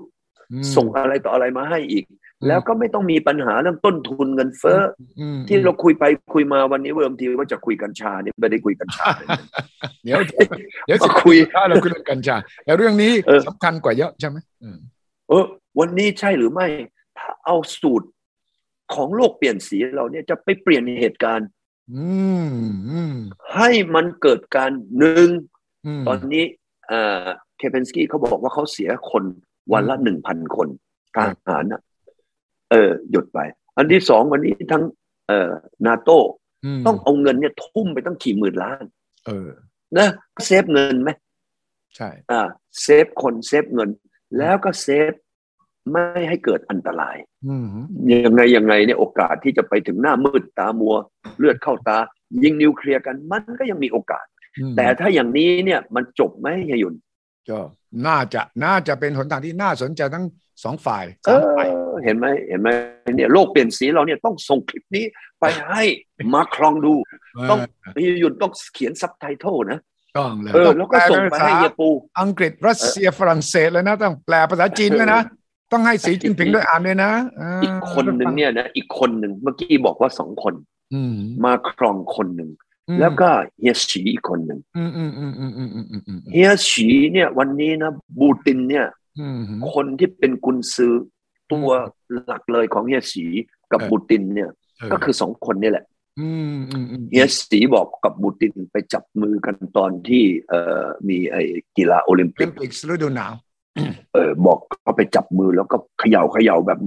A: อืม
B: ส่งอะไรต่ออะไรมาให้อีก แล้วก็ไม่ต้องมีปัญหาเรื่องต้นทุนเงินเฟ้ออ
A: อืม
B: ที่เราคุยไปคุยมาวันนี้เวิร์มทีว่าจะคุยกัญชาเนี่ยไม่ได้คุยกัญชาเลย
A: เดี๋ยวเดี๋ยวสิ
B: มาคุย
A: ถ้าเราคุยเรื่องกัญชาแต่เรื่องนี้
B: เออ
A: สำคัญกว่าเยอะใช่ไหมอืม
B: เออวันนี้ใช่หรือไม่ ถ้าเอาสูตรของโลกเปลี่ยนสีเราเนี่ยจะไปเปลี่ยนเหตุการณ์
A: อืมอืม
B: ให้มันเกิดการหนึ่ง
A: อืม
B: ตอนนี้เอ่อเคเปนสกี้เขาบอกว่าเขาเสียคนวันละหนึ่งพันคนทหารนะเออหยุดไป อันที่สองวันนี้ทั้งเอ่อนาโต้
A: ม
B: ต้องเอาเงินเนี่ยทุ่มไปตั้งกี่หมื่นล้าน
A: เออ
B: นะเซฟเงินไหม
A: ใช่
B: อ่าเซฟคนเซฟเงิน แล้วก็เซฟไม่ให้เกิดอันตราย
A: อืม
B: ยังไงยังไงเนี่ยโอกาสที่จะไปถึงหน้ามืดตามัว เลือดเข้าตา ยิงนิวเคลียร์กันมันก็ยังมีโอกาส
A: อืม
B: แต่ถ้าอย่างนี้เนี่ยมันจบไหมเฮียหยุน
A: ก็น่าจะน่าจะเป็นหนทางที่น่าสนใจทั้งสองฝ่าย
B: เอ
A: สามฝ่าย
B: อเห็นไหมเห็นไหมเนี่ยโลกเปลี่ยนสีเราเนี่ยต้องส่งคลิปนี้ไปให้มาครองดู ต้อง
A: เออ
B: เฮียหยุนต้องเขียนซับไตเติลนะ
A: ต้องเลย
B: เออ
A: ต้อง
B: แล้วก็
A: ป
B: ส่งไปให้เฮียปู
A: อังกฤษรัสเซียฝรั่งเศสเลยนะ ต้องแปลภาษาจีนด้วยนะ ต้องให้สีจิ้นผิงด้วยอ่านด้วยนะา
B: อีกคนหนึ่งเนี่ยนะอีกคนหนึ่งเมื่อกี้บอกว่าสองคน
A: อืม
B: มาครองคนหนึ่ง
A: อืม
B: แล้วก็เฮียฉีอีกคนหนึ่ง
A: อืมอืมอืมอืมอืมอืมอืมอืม
B: เฮียฉีเนี่ยวันนี้นะบูตินเนี่ย
A: อืม
B: คนที่เป็นกุนซือตัวหลักเลยของเฮียสีกับ
A: เออ
B: บูตินเนี่ยก็คือสองคนนี่แหละ
A: อืมอืมอืม
B: เฮียสีบอกกับบูตินไปจับมือกันตอนที่เอ่อมีไอ้กีฬาโอลิม
A: โอ
B: ปิ
A: ลิ
B: ก
A: มปิกฤดูหนาว
B: เออบอกเขาไปจับมือแล้วก็เขย่าเขย่าแบบ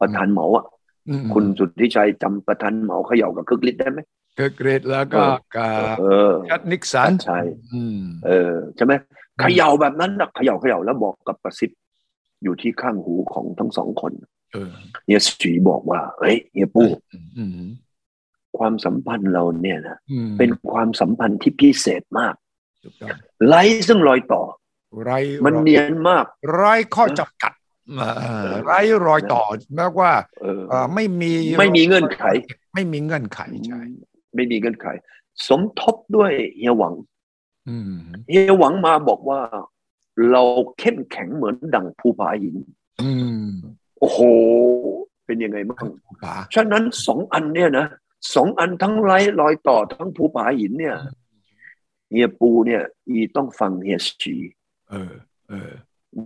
B: ประธานเหมาอ่ะ
A: อืม
B: คุณสุทธิชัยจำประธานเหมาเขย่ากับคึกฤทธิ์ได้ไหม
A: เกิร์กเรดแล้วก็กา
B: เออ
A: ชัดนิกสัน
B: ใช่
A: อืม
B: เออใช่ไหมเขย่าแบบนั้นนะเขย่าเขย่าแล้วบอกกับประสิทธิ์อยู่ที่ข้างหูของทั้งสองคน
A: เออ
B: เฮียสีบอกว่าเฮ้ยเฮียปู
A: อืม
B: ความสัมพันธ์เราเนี่ยนะ
A: อืม
B: เป็นความสัมพันธ์ที่พิเศษมาก
A: ถูกต้อง
B: ไร้ซึ่งรอยต่อ
A: ไร
B: มันเนียนมาก
A: ไร้ข้อ
B: เออ
A: จำกัดเอ่อ
B: เออ
A: ไร้รอยต่อแม้ว่า
B: เออ
A: เอ่อไม่มี
B: ไม่มีเงื่อนไข
A: ไม่มีเงื่อนไขใช่
B: ไม่มีเงื่อนไข สมทบด้วยเฮียหวัง
A: อืม
B: เฮียหวังมาบอกว่า เราเข้มแข็งเหมือนดังภูผาหิน
A: อืม
B: โอ้โห เป็นยังไงบ้าง
A: ป่า
B: ฉะนั้นสองอันเนี่ยนะสองอันทั้งไร้รอยต่อทั้งภูผาหินเนี่ยเฮียปูเนี่ย อีต้องฟังเฮียชี
A: เออ เออ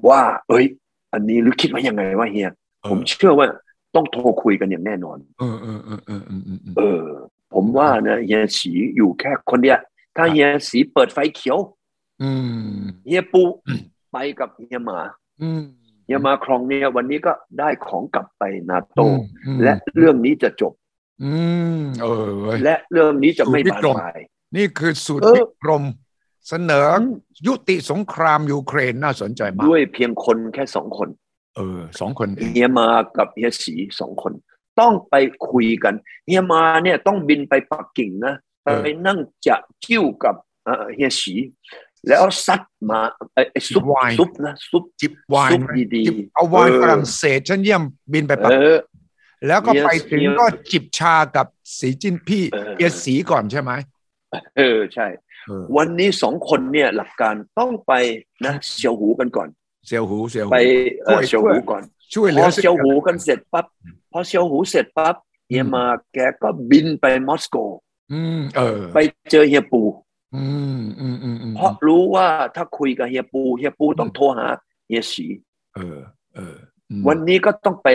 B: ว่า เอ้ย อันนี้หรือคิดว่ายังไงว่าเฮีย
A: เออ
B: ผมเชื่อว่าต้องโทรคุยกันอย่างแน่นอน
A: เออเออเออเออเออเออเออ
B: เออ ผมว่านะเฮียสีอยู่แค่คนเดียวถ้าเฮียสีเปิดไฟเขียว
A: อืม
B: เฮียปูไปกับเฮียหมา
A: อืม
B: เฮียหมาครองเนี่ยวันนี้ก็ได้ของกลับไปนาโต
A: อืม
B: และเรื่องนี้จะจบ
A: อืมเออเว้ย
B: และเรื่องนี้จะไม่บานปลาย
A: นี่คือสูตร
B: เออ
A: วิกรม เสนอยุติสงครามยูเครนน่าสนใจมาก
B: ด้วยเพียงคนแค่สองคน
A: เออสองคนเอง
B: เฮียหมากับเฮียสีสองคน ต้องไปคุยกันเฮียหมาเนี่ยต้องบินไปปักกิ่งนะไปนั่งจะจิ้วกับเอ่อเฮียสี แล้วซัดมาไอ้ไอ้ซุป
A: ไวน์
B: ซุปนะซุป
A: จิบไวน์ไหม
B: ซุปดีๆ
A: จิบเอาไวน์
B: เออ
A: ฝรั่งเศสฉันเยี่ยมบินไปปัก
B: เออ
A: แล้วก็ไปถึง
B: เยี่ยม
A: ก็จิบชากับสีจิ้นพี่
B: เออ
A: เอียสีก่อนใช่ไหม
B: เออใช่
A: เออ
B: วันนี้สองคนเนี่ยหลักการต้องไปนะเชียวหูกันก่อน
A: เซียวหูเซียวหู
B: ไปเอ่อ
A: ช่วย
B: เชียวหูก่อน
A: ช่วยเห
B: พ
A: ลื
B: อ
A: อ
B: เชียวหูกันเสร็จปั๊บพอเชียวหูเสร็จปั๊บเฮียมาแกก็บินไปมอสโก
A: อืมเออ
B: ไปเจอเฮียปู
A: อืมอืมอืมอืม
B: เพราะรู้ว่าถ้าคุยกับเฮียปูเฮียปูต้องโทรหาเฮียสี
A: เออเอออืม
B: วันนี้ก็ต้องไป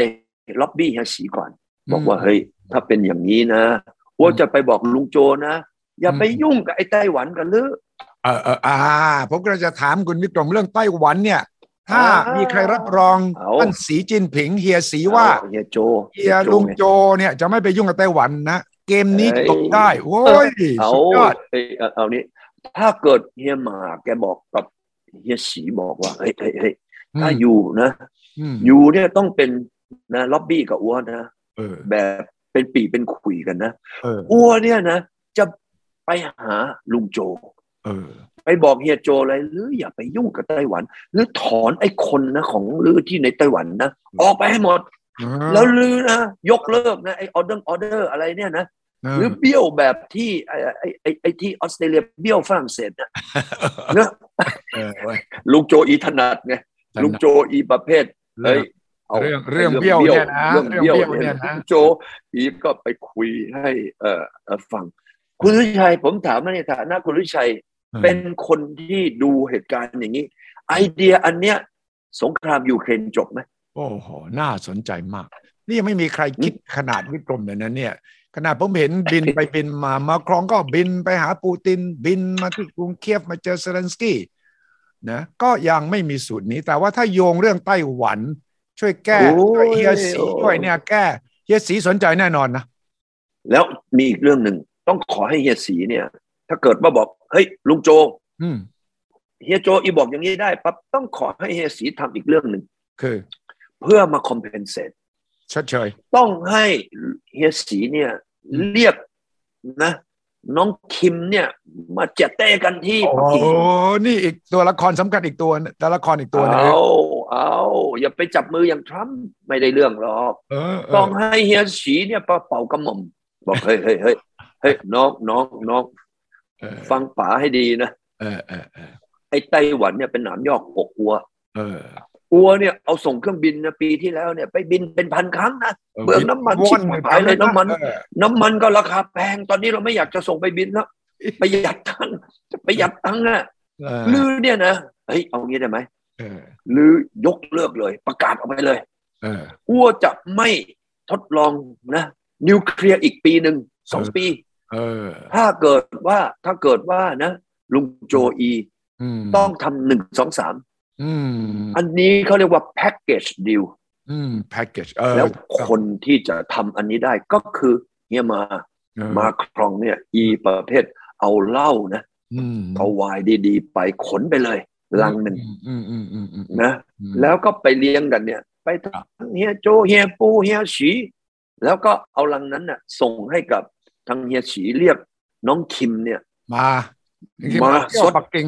B: ล็อบบี้เฮียสีก่อน บอกว่า
A: อืม
B: เฮ้ยถ้าเป็นอย่างนี้นะว่าจะไปบอกลุงโจนะ อย่า
A: อืม
B: ไปยุ่งกับไอ้ไต้หวันกันหรือ
A: เออเอออ่า ผมก็จะถามคุณวิกรมเรื่องไต้หวันเนี่ย ถ้า
B: อ่ามี
A: มีใครรับรอง
B: เอา
A: ท่านสีจิ้นผิงเฮียสีว่า
B: เอเฮียโจ
A: เฮียลุงโจ
B: ไ
A: เนี่ยจะไม่ไปยุ่งกับไต้หวันนะเกมนี้
B: เอ้ย
A: จบได้ โว้ย
B: เอา
A: สุดยอด
B: เอ้ยเอาเอานี้ถ้าเกิดเฮียหมาแกบอกกับเฮียสีบอกว่าเฮ้ยเฮ้ยเฮ้ยถ้าอยู่นะ
A: ม
B: อยู่เนี่ยต้องเป็นนะล็อบบี้กับอ้วนนะ
A: เออ
B: แบบเป็นปีเป็นขุยกันนะ
A: เออ
B: อ้วนเนี่ยนะ จะไปหาลุงโจ
A: เออ
B: ไปบอกเฮียโจอะไรหรืออย่าไปยุ่งกับไต้หวัน หรือถอนไอ้คนนะของลือที่ในไต้หวันนะออกไปให้หมด แล้วลือนะยกเลิกนะไอ้ออเดอร์ออเดอร์อะไรเนี่ยนะหรือเบี้ยวแบบที่ไอ้ไอ้ไอ้ไอ้ที่ออสเตรเลียเบี้ยวฝรั่งเศสนะเนอะ
A: เออเว้ย
B: ลุงโจอีถนัดไงลุงโจอีประเภทเฮ้ยา
A: เรื่องเรื่องเบี้ยวเนี่ยนะ
B: เรื่องเบี้ยว
A: เรื่องเบี้ยวเนี่
B: เนี่ย ย
A: นะ
B: ลุงโจอีก็ไปคุยให้เอ่อเอ่อฟัง คุณลุชัยผมถามนะในฐานะคุณลุชัย เป็นคนที่ดูเหตุการณ์อย่างนี้ ไอเดียอันเนี้ย สงครามยูเครนจบไหม
A: โอ้โห น่าสนใจมาก นี่ยังไม่มีใครคิดขนาดวิกรมเลยนะเนี่ย ขนาดผมเห็น บินไปบินมามาครองก็บินไปหาปูติน บินมาที่กรุงเคียฟมาเจอเซเลนสกี้นะ ก็ยังไม่มีสูตรนี้ แต่ว่าถ้าโยงเรื่องไต้หวัน ช่วยแก้
B: โอ้ย
A: ด้วยเฮียสีด้วยเนี่ยแก้เฮียสีสนใจแน่นอนนะ
B: แล้วมีอีกเรื่องหนึ่งต้องขอให้เฮียสีเนี่ย ถ้าเกิดว่าบอก เฮ้ย ลุงโจ
A: อืม
B: เฮียโจอีบอกอย่างนี้ได้ปั๊บต้องขอให้เฮียสีทำอีกเรื่องหนึ่ง
A: คือ
B: เพื่อมาคอมเพนเซต
A: ชดเชย
B: ต้องให้เฮียสีเนี่ยเรียกนะ น้องคิมเนี่ย มาเจยเต้กันที่
A: โอ้
B: ปักกิ่ง
A: โหนี่อีกตัวละครสำคัญอีกตัวนะตัวละครอีกตัวหนึง
B: เอาเอาอย่าไปจับมืออย่างทรัมป์ไม่ได้เรื่องหรอก
A: เออเออ
B: ต้องให้เฮียฉีเนี่ยปาเป่ากระหม่อมบอกเฮ้ยเฮ้ยเฮ้ยเฮ้ยน้องน้องน้อง
A: เออ
B: ฟังป๋าให้ดีนะ
A: เออเออเออ
B: ไอ้ไต้หวันเนี่ยเป็นหนามยอกหกอัว
A: เออ
B: อัวเนี่ยเอาส่งเครื่องบินนะปีที่แล้วเนี่ยไปบินเป็นพันครั้งนะ เบื้องน้ำมัน
A: ว่อ
B: ชิบหายเลยน้ำมัน
A: เออ
B: น้ำมันก็ราคาแพงตอนนี้เราไม่อยากจะส่งไปบินแล้วประหยัดตังค์จะประหยัดตังค์นะ
A: เออ
B: ลือเนี่ยนะเฮ้ยเอางี้ได้ไหม
A: เออ
B: ลือยกเลิกเลย ประกาศออกไปเลย
A: เออ
B: อัวจะไม่ทดลองนะ นิวเคลียร์อีกปีหนึ่งสอง
A: เออ
B: ปี
A: เออ
B: ถ้าเกิดว่าถ้าเกิดว่านะ ลุงโจอี
A: อืม
B: ต้องทำหนึ่งสองสาม
A: อืม
B: อันนี้เขาเรียกว่าแพ็กเกจดีล
A: อืมแพ็กเกจเออ
B: แล้วคนที่จะทำอันนี้ได้ก็คือเฮียมา
A: เออ
B: มาครองเนี่ย อีประเภทเอาเหล้านะ
A: อืม
B: เอาไวน์ดีๆ ไปขนไปเลยลังหนึ่ง
A: อืมอืมอืมอืม
B: นะ
A: อืม
B: แล้วก็ไปเลี้ยงกันเนี่ย ไปทั้งเฮียโจเฮียปูเฮียฉีแล้วก็เอาลังนั้นน่ะ ส่งให้กับทางเฮียฉีเรียกน้องคิมเนี่ย
A: มา
B: มา
A: เที่ยว
B: สด
A: ปักกิ่ง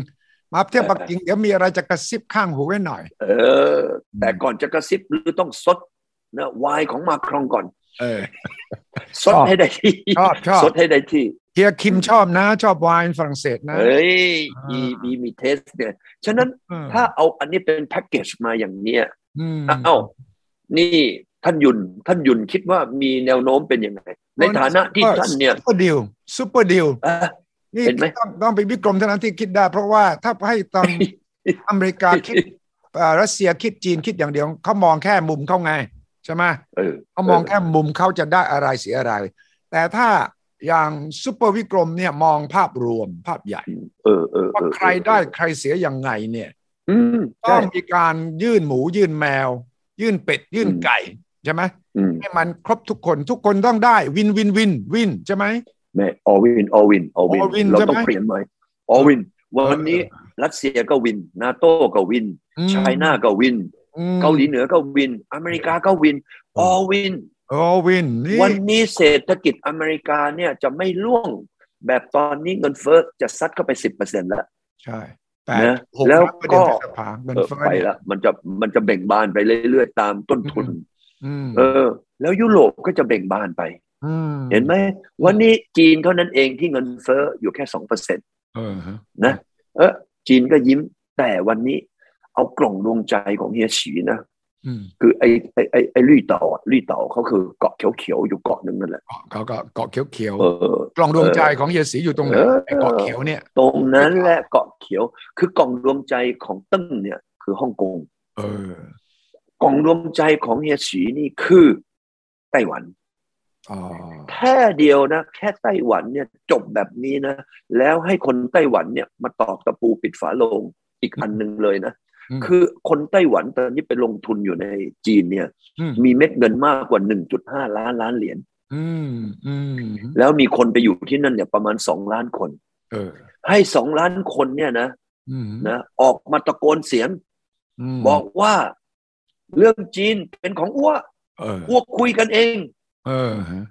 A: มาเที่ยวปักกิ่งเดี๋ยวมีอะไรจะกระซิบข้างหูไว้หน่อย
B: เออ แต่ก่อนจะกระซิบหรือต้องซดนะวายของมาครองก่อน
A: เออ
B: ซด
A: ชอบ
B: ให้ได้ที่
A: ชอบชอบ
B: ซดให้ได้ที่
A: เฮียคิมชอบนะ ชอบไวน์ฝรั่งเศสนะ
B: เฮ้ย
A: อ่า
B: อีมีมีเทสเนี่ยฉะนั้น
A: เออ
B: ถ้าเอาอันนี้เป็นแพ็กเกจมาอย่างเนี้ย
A: อืม
B: เอ้านี่ท่านยุนท่านยุนคิดว่ามีแนวโน้มเป็นยังไง ในฐานะที่ท่านเนี่ย
A: ซูเปอร์ดิวซูเปอร์ดิว
B: เอ่อ
A: นี่
B: เห็นไหม
A: ต้องต้องเป็นวิกรมเท่านั้นที่คิดได้ เพราะว่าถ้าให้ต อน อเมริกาคิดเอ่อรัสเซียคิดจีนคิดอย่างเดียวเขามองแค่มุมเขาไง ใช่ไหม
B: เออ
A: เขามองแค่มุมเขาจะได้อะไรเสียอะไร แต่ถ้าอย่างซูเปอร์วิกรมเนี่ยมองภาพรวมภาพใหญ่
B: เออเออ
A: ว่า
B: เออ
A: ใครได้ใครเสียยังไงเนี่ย
B: อืม
A: ต้
B: ใช่
A: องมีการยื่นหมูยื่นแมว ยื่นเป็ดยื่นไก่ใช่ไหม
B: อืม
A: ให้มันครบทุกคนทุกคนต้องได้วินวินวินวินใช่ไหม
B: แม่ออวินออวินออวิน
A: all win
B: เรา
A: ใช่ไหม
B: ต้องเปลี่ยนใหม่ออวิน วันนี้รัสเซียก็วิน นาโต้ก็วิน
A: อืม
B: ไชน่าก็วิน
A: อืม
B: เกาหลีเหนือก็วิน อเมริกาก็วินออวิน
A: โอ้วินนี่
B: วันนี้เศรษฐกิจอเมริกาเนี่ยจะไม่ล่วง แบบตอนนี้เงินเฟ้อจะซัดเข้าไปสิบเปอร์เซ็นต์แล้ว
A: ใช่ แปด
B: นะ
A: หก
B: แล้ว
A: ครั้งประเด็น
B: ก็
A: พฤษภาเงิน
B: เออ
A: เฟ้อ
B: ไป
A: เนี่ย
B: ละมันจะมันจะเบ่งบานไปเรื่อยๆตามต้นทุน
A: อืม อืม
B: เออ แล้วยุโรปก็จะเบ่งบานไป
A: ม
B: เห็นไหมวันนี้จีนเท่านั้นเองที่เงินเฟ้ออยู่แค่สองเปอร์เซ็นต
A: เออฮะ
B: นะเออจีนก็ยิ้มแต่วันนี้เอากล่องดวงใจของเฮียฉีนะ
A: อืม
B: คือไอ้ไอ้ไอ้ไอ้ลี่เต่าอะลี่เต่าเขาคือเกาะเขียวๆอยู่เกาะหนึ่งนั่นแหละ
A: เกาะเกาะเกาะเกาะเขียวเขียว
B: เออ
A: ๆกล่องดวงใจของเฮียสีอยู่ตรงไหน
B: เออ
A: ไอ้เกาะเขียวเนี่ย
B: ตรงนั้นแหละเกาะเขียว คือกล่องดวงใจของตึ้งเนี่ยคือฮ่องกง
A: เออก
B: ล่องดวงใจของเฮียฉีนี่คือไต้หวัน
A: อ๋อ
B: แค่เดียวนะ แค่ไต้หวันเนี่ยจบแบบนี้นะ แล้วให้คนไต้หวันเนี่ยมาตอกตะปูปิดฝาโลงอีกอันหนึ่งเลยนะ
A: ม
B: คือคนไต้หวันตอนนี้ไปลงทุนอยู่ในจีนเนี่ย
A: ม
B: มีเม็ดเงินมากกว่า 1.5 ล้านล้านเหรียญ
A: อืมอืม
B: แล้วมีคนไปอยู่ที่นั่นเนี่ยประมาณ 2 ล้านคน
A: เออ
B: ให้ 2 ล้านคนเนี่ยนะ
A: อืม
B: นะออกมาตะโกนเสียง
A: ม
B: บอกว่า เรื่องจีนเป็นของอ้ว
A: เออ
B: อ้วคุยกันเอง
A: เออฮะ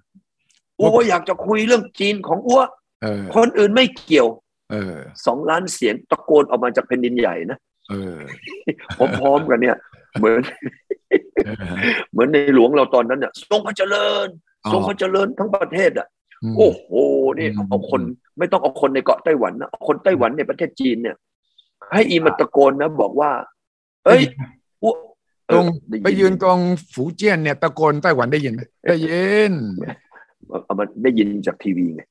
B: อ้วอยากจะคุยเรื่องจีนของอ้ว
A: เออ
B: คนอื่นไม่เกี่ยว
A: เออ
B: สองล้านเสียงตะโกนออกมาจากแผ่นดินใหญ่นะ
A: เออ
B: พร้อมๆกันเนี่ย เหมือน
A: เออฮะ
B: เหมือนในหลวงเราตอนนั้นเนี่ยทรงพระเจริญทรงพระเจริญทั้งประเทศอ่ะ
A: ม
B: โอ้โหนี่
A: อืม
B: เอาคนไม่ต้องเอาคนในเกาะไต้หวันนะเอาคนไต้หวันในประเทศจีนเนี่ย ให้อีมาตะโกนนะบอกว่า เอ้ยอ้ว
A: ตรง
B: เออ
A: ไปยืนตรงฝูเจี้ยนเนี่ยตะโกนไต้หวันได้ยินไหมได้ยิน
B: เอามาได้ยินจากทีวี ไง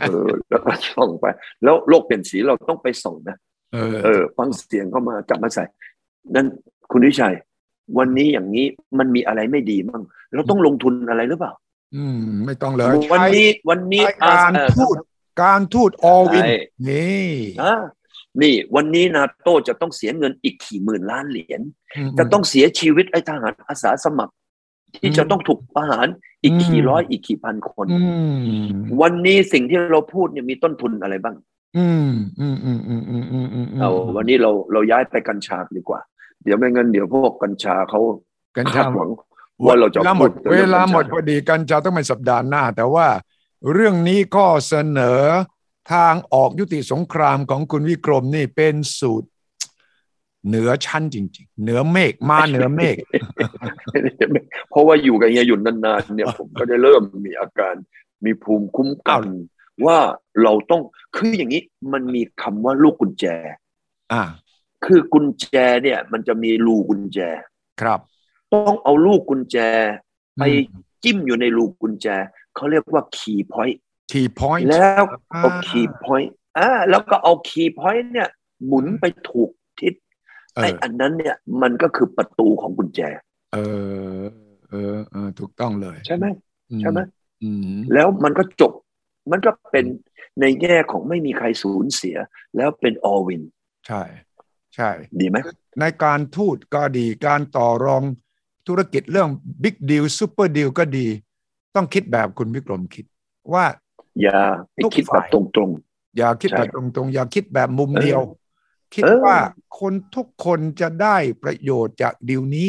B: เออ แล้วก็ส่องไป แล้วโลกเปลี่ยนสีเราต้องไปส่องนะ
A: เออ
B: เออฟังเสียงเข้ามาจับมาใส่ นั่นคุณวิชัย วันนี้อย่างนี้มันมีอะไรไม่ดีมั่งเราต้องลงทุนอะไรหรือเปล่า
A: อืมไม่ต้องเลย
B: วันนี้วันนี้
A: ใช้การ
B: เอ่อ
A: ทูตการทูตออวิน
B: ใช่
A: นี่
B: อ่านี่วันนี้นาโต้จะต้องเสียเงินอีกกี่หมื่นล้านเหรียญ
A: ม
B: จะต้องเสียชีวิตไอ้ทหารอาสาสมัคร
A: อื
B: ที่
A: ม
B: จะต้องถูกประหารอีก
A: อื
B: กี่
A: ม
B: ร้อยอีกกี่พันคน
A: อืม
B: วันนี้สิ่งที่เราพูดเนี่ยมีต้นทุนอะไรบ้าง
A: อืมอืมอืมอืมอืมอืมอืม
B: เอาวันนี้เราเราย้ายไปกัญชาดีกว่า เดี๋ยวไม่งั้นเดี๋ยวพวกกัญชาเขา
A: กัญ
B: คา
A: ชา
B: ดหวัง ว่าเราจะ
A: เวลาหมด
B: พู
A: เวลา
B: รื่องกัญช
A: หมดพอดีกัญชาต้องเป็นสัปดาห์หน้า แต่ว่าเรื่องนี้ก็เสนอทางออกยุติสงครามของคุณวิกรมนี่เป็นสูตร เหนือชั้นจริง ๆ เหนือเมฆมาเหนือเมฆ
B: เพราะว่าอยู่กับเฮียหยุ่นนานๆ เนี่ยผมก็ได้เริ่มมีอาการมีภูมิคุ้มกั
A: อ้าว
B: น ว่าเราต้องคืออย่างนี้มันมีคำว่าลูกกุญแจ
A: อ่า
B: คือกุญแจเนี่ย มันจะมีรูกุญแจ
A: ครับ
B: ต้องเอาลูกกุญแจ ไป
A: อืม
B: จิ้มอยู่ในรูกุญแจ เขาเรียกว่า key point
A: ทีพอยต์
B: แล้วเอา key point อ่าแล้วก็เอา key point เนี่ย หมุนไปถูกทิศ
A: เอ
B: ไอ้
A: อ
B: อันนั้นเนี่ยมันก็คือประตูของกุญแจ
A: เออเออเออถูกต้องเลย
B: ใช่ไหม
A: อื
B: ใช่ไหม
A: อืม
B: แล้วมันก็จบ มันก็เป็นในแง่ของไม่มีใครสูญเสีย แล้วเป็น all win
A: ใช่ ใช่
B: ดีไหม
A: ในการทูตก็ดีการต่อรองธุรกิจเรื่องบิ๊กดีลซูเปอร์ดีลก็ดี ต้องคิดแบบคุณวิกรมคิด ว่า
B: อย่าไป
A: ทุก
B: คิดแบบ
A: ฝ่าย
B: ตรงๆ
A: อย่าคิด
B: ใช่
A: แบบตรงๆ อย่าคิดแบบมุมเดียว คิด
B: เออ
A: ว่าคนทุกคนจะได้ประโยชน์จากดีลนี้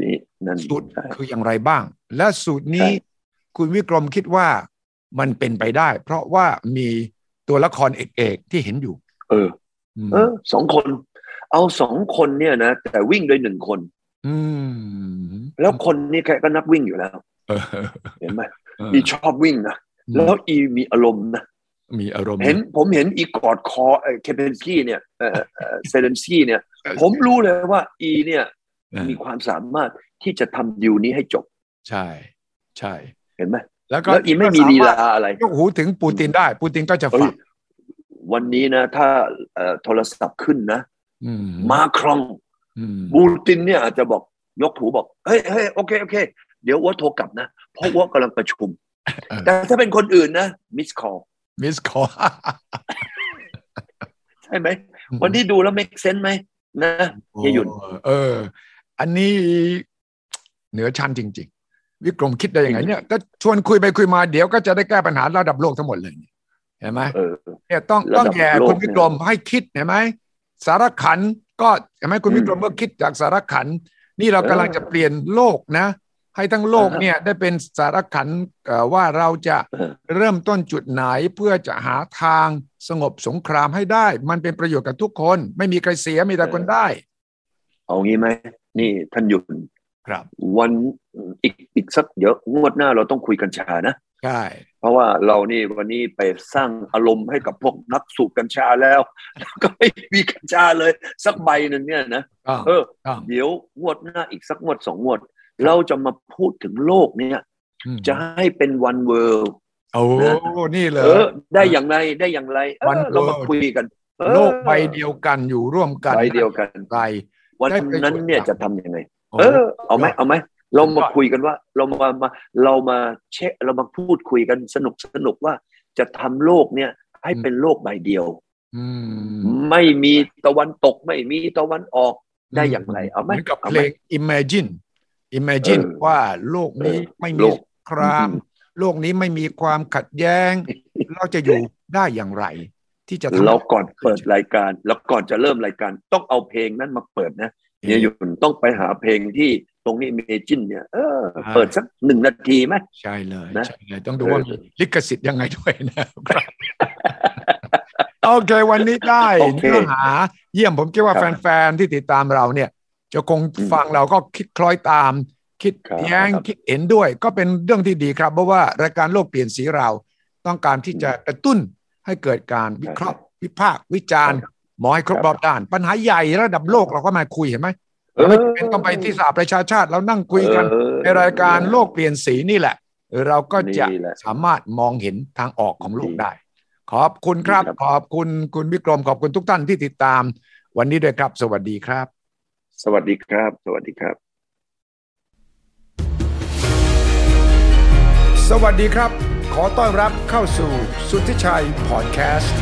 B: นี่นั่น
A: สูตรคืออย่างไรบ้าง และสูตรนี้
B: ใช่
A: คุณวิกรมคิดว่ามันเป็นไปได้ เพราะว่ามีตัวละครเอกๆที่เห็นอยู่
B: เออ
A: อืม
B: เออสองคน เอาสองคนเนี่ยนะแต่วิ่งโดยหนึ่งคน
A: ม
B: แล้วคนนี่แกก็นักวิ่งอยู่แล้ว
A: เออ
B: เห็นไหม
A: เออ
B: อีชอบวิ่งนะแล้วอีมีอารมณ์นะ
A: มีอารมณ์
B: เห็นผมเห็นอีกอดคอเอ่อเคเปนซี่เนี่ยเอ่อเอ่อเซเลนซี่เนี่ย ผมรู้เลยว่าอีเนี่ยมีความสามารถที่จะทำดิวนี้ให้จบ
A: ใช่ ใช่
B: เห็นไหม
A: แล้วก็
B: แล้วอีไม่มีลีลาอะไร
A: ยกหูถึงปูตินได้ ปูตินก็จะ
B: เฮ้
A: ฟั
B: ย
A: ง
B: วันนี้นะ ถ้าเอ่อโทรศัพท์ขึ้นนะ
A: อื
B: มาครอง
A: อืม
B: บูตินเนี่ยอาจจะบอกยกหูบอกเฮ้ยเฮ้ยโอเคโอเค เดี๋ยวอ้ว่าโทรกลับนะ เพราะอ้ว่ากำลังประชุม แต่ถ้าเป็นคนอื่นนะมิสคอล
A: มิสคอล
B: ใช่ไหม วันที่ดูแล้ว make sense ไหมนะ เฮียหยุ่น
A: โอ้เออ อันนี้เหนือชั้นจริง ๆ วิกรมคิดได้ยังไงเนี่ยก็ชวนคุยไปคุยมาเดี๋ยวก็จะได้แก้ปัญหาระดับโลกทั้งหมดเลยเนี่ยเห็นไหม
B: เออ
A: เนี่ยต้อง
B: ระดับ
A: ต้องแย่
B: โลก
A: คุณวิกรมให้คิดเห็นไหมสารขันก็เห็นไหมคุณ
B: อืม
A: วิกรมก็คิดจากสารขัน นี่เรา
B: เออ
A: กำลังจะเปลี่ยนโลกนะ ให้ทั้งโลกเนี่ยได้เป็นสารขันเอ่อว่าเราจะ
B: เออ
A: เริ่มต้นจุดไหนเพื่อจะหาทางสงบสงครามให้ได้ มันเป็นประโยชน์กับทุกคน ไม่มีใครเสียมีแต่คนได้
B: เอางี้ไหมนี่ท่านหยุน
A: ครับ
B: วันอีกอีกสักเดี๋ยวงวดหน้าเราต้องคุยกัญชานะ
A: ใช่
B: เพราะว่าเรานี่วันนี้ไปสร้างอารมณ์ให้กับพวกนักสูบกัญชาแล้ว ก็ไม่มีกัญชาเลยสักใบหนึ่งเนี่ยนะ
A: ต้อง
B: เออ
A: ต้อง
B: เดี๋ยวงวดหน้าอีกสักงวดสองงวด เราจะมาพูดถึงโลกเนี่ย
A: อืม
B: จะให้เป็น one world
A: โอ้นี่เล
B: เอย อ ได้อย่างไรได้อย่างไรเออ
A: One
B: เรามา
A: world
B: คุยกันเออ
A: โลกใบเดียวกันอยู่ร่วมกัน
B: ใบเดียวกัน
A: ไร
B: วัน
A: ได้ประโยชน์
B: นั้นเนี่ยจะทำยังไง
A: โอ้
B: เออ เอาไหมเอาไหมเรามาคุยกันว่า เรามามาเรามาเช็คเรามาพูดคุยกันสนุกสนุกว่าจะทำโลกเนี่ย ให้เป็นโลกใบเดียว
A: ม
B: ไม่มีตะวันตกไม่มีตะวันออก ได้อย่างไรเอาไหม
A: เหมือนกับ
B: เอา
A: เพ
B: ไห
A: ล
B: ม
A: ง Imagine Imagine
B: เออ
A: ว่าโลกนี้
B: เออ
A: ไม่
B: โล
A: มี
B: ก
A: สงคราม
B: อืม
A: โลกนี้ไม่มีความขัดแย้ง เราจะอยู่ได้อย่างไร ที่จะทำ
B: เราก่อนเปิดรายการแล้วก่อนจะเริ่มรายการต้องเอาเพลงนั้นมาเปิดนะเนี่ยหยุนต้องไปหาเพลงที่ตรงนี้เมจินเนี่ย เออ เปิดสักหนึ่งนาทีไหม
A: ใช่เลย
B: นะ
A: ใช่เลยต้องดู
B: เออ
A: ว่ามีลิขสิทธิ์ยังไงด้วย นะครับโอเค วันนี้ได้
B: โอเค
A: เนื้อหา เยี่ยมผมคิดว่า
B: ครับ
A: แฟน ๆ ที่ติดตามเราเนี่ย จะคงฟังเราก็คิดคล้อยตาม คิด
B: ครับ
A: แย้ง
B: ครับ
A: คิดเห็นด้วย ก็เป็นเรื่องที่ดีครับ เพราะว่ารายการโลกเปลี่ยนสีเรา ต้องการที่จะกระตุ้นให้เกิดการวิเคราะห์ วิพากษ์วิจารณ์หมอให้ครบรอบด้าน ปัญหาใหญ่ระดับโลกเราก็มาคุยเห็นไหมเราไม่จำเป็นต้องไปที่สหประชาชาติเรานั่งคุยกัน
B: เออ
A: ในรายการโลกเปลี่ยนสีนี่แหละ เราก็จะ
B: นี่แหละ
A: สามารถมองเห็นทางออกของโลก
B: ดี
A: ได้ ขอบคุณครับ
B: ดีครับ
A: ขอบคุณคุณวิกรมขอบคุณทุกท่านที่ติดตาม วันนี้ด้วยครับ สวัสดีครับ
B: สวัสดีครับ สวัสดีครับ
A: สวัสดีครับ ขอต้อนรับเข้าสู่สุทธิชัยพอดแคสต์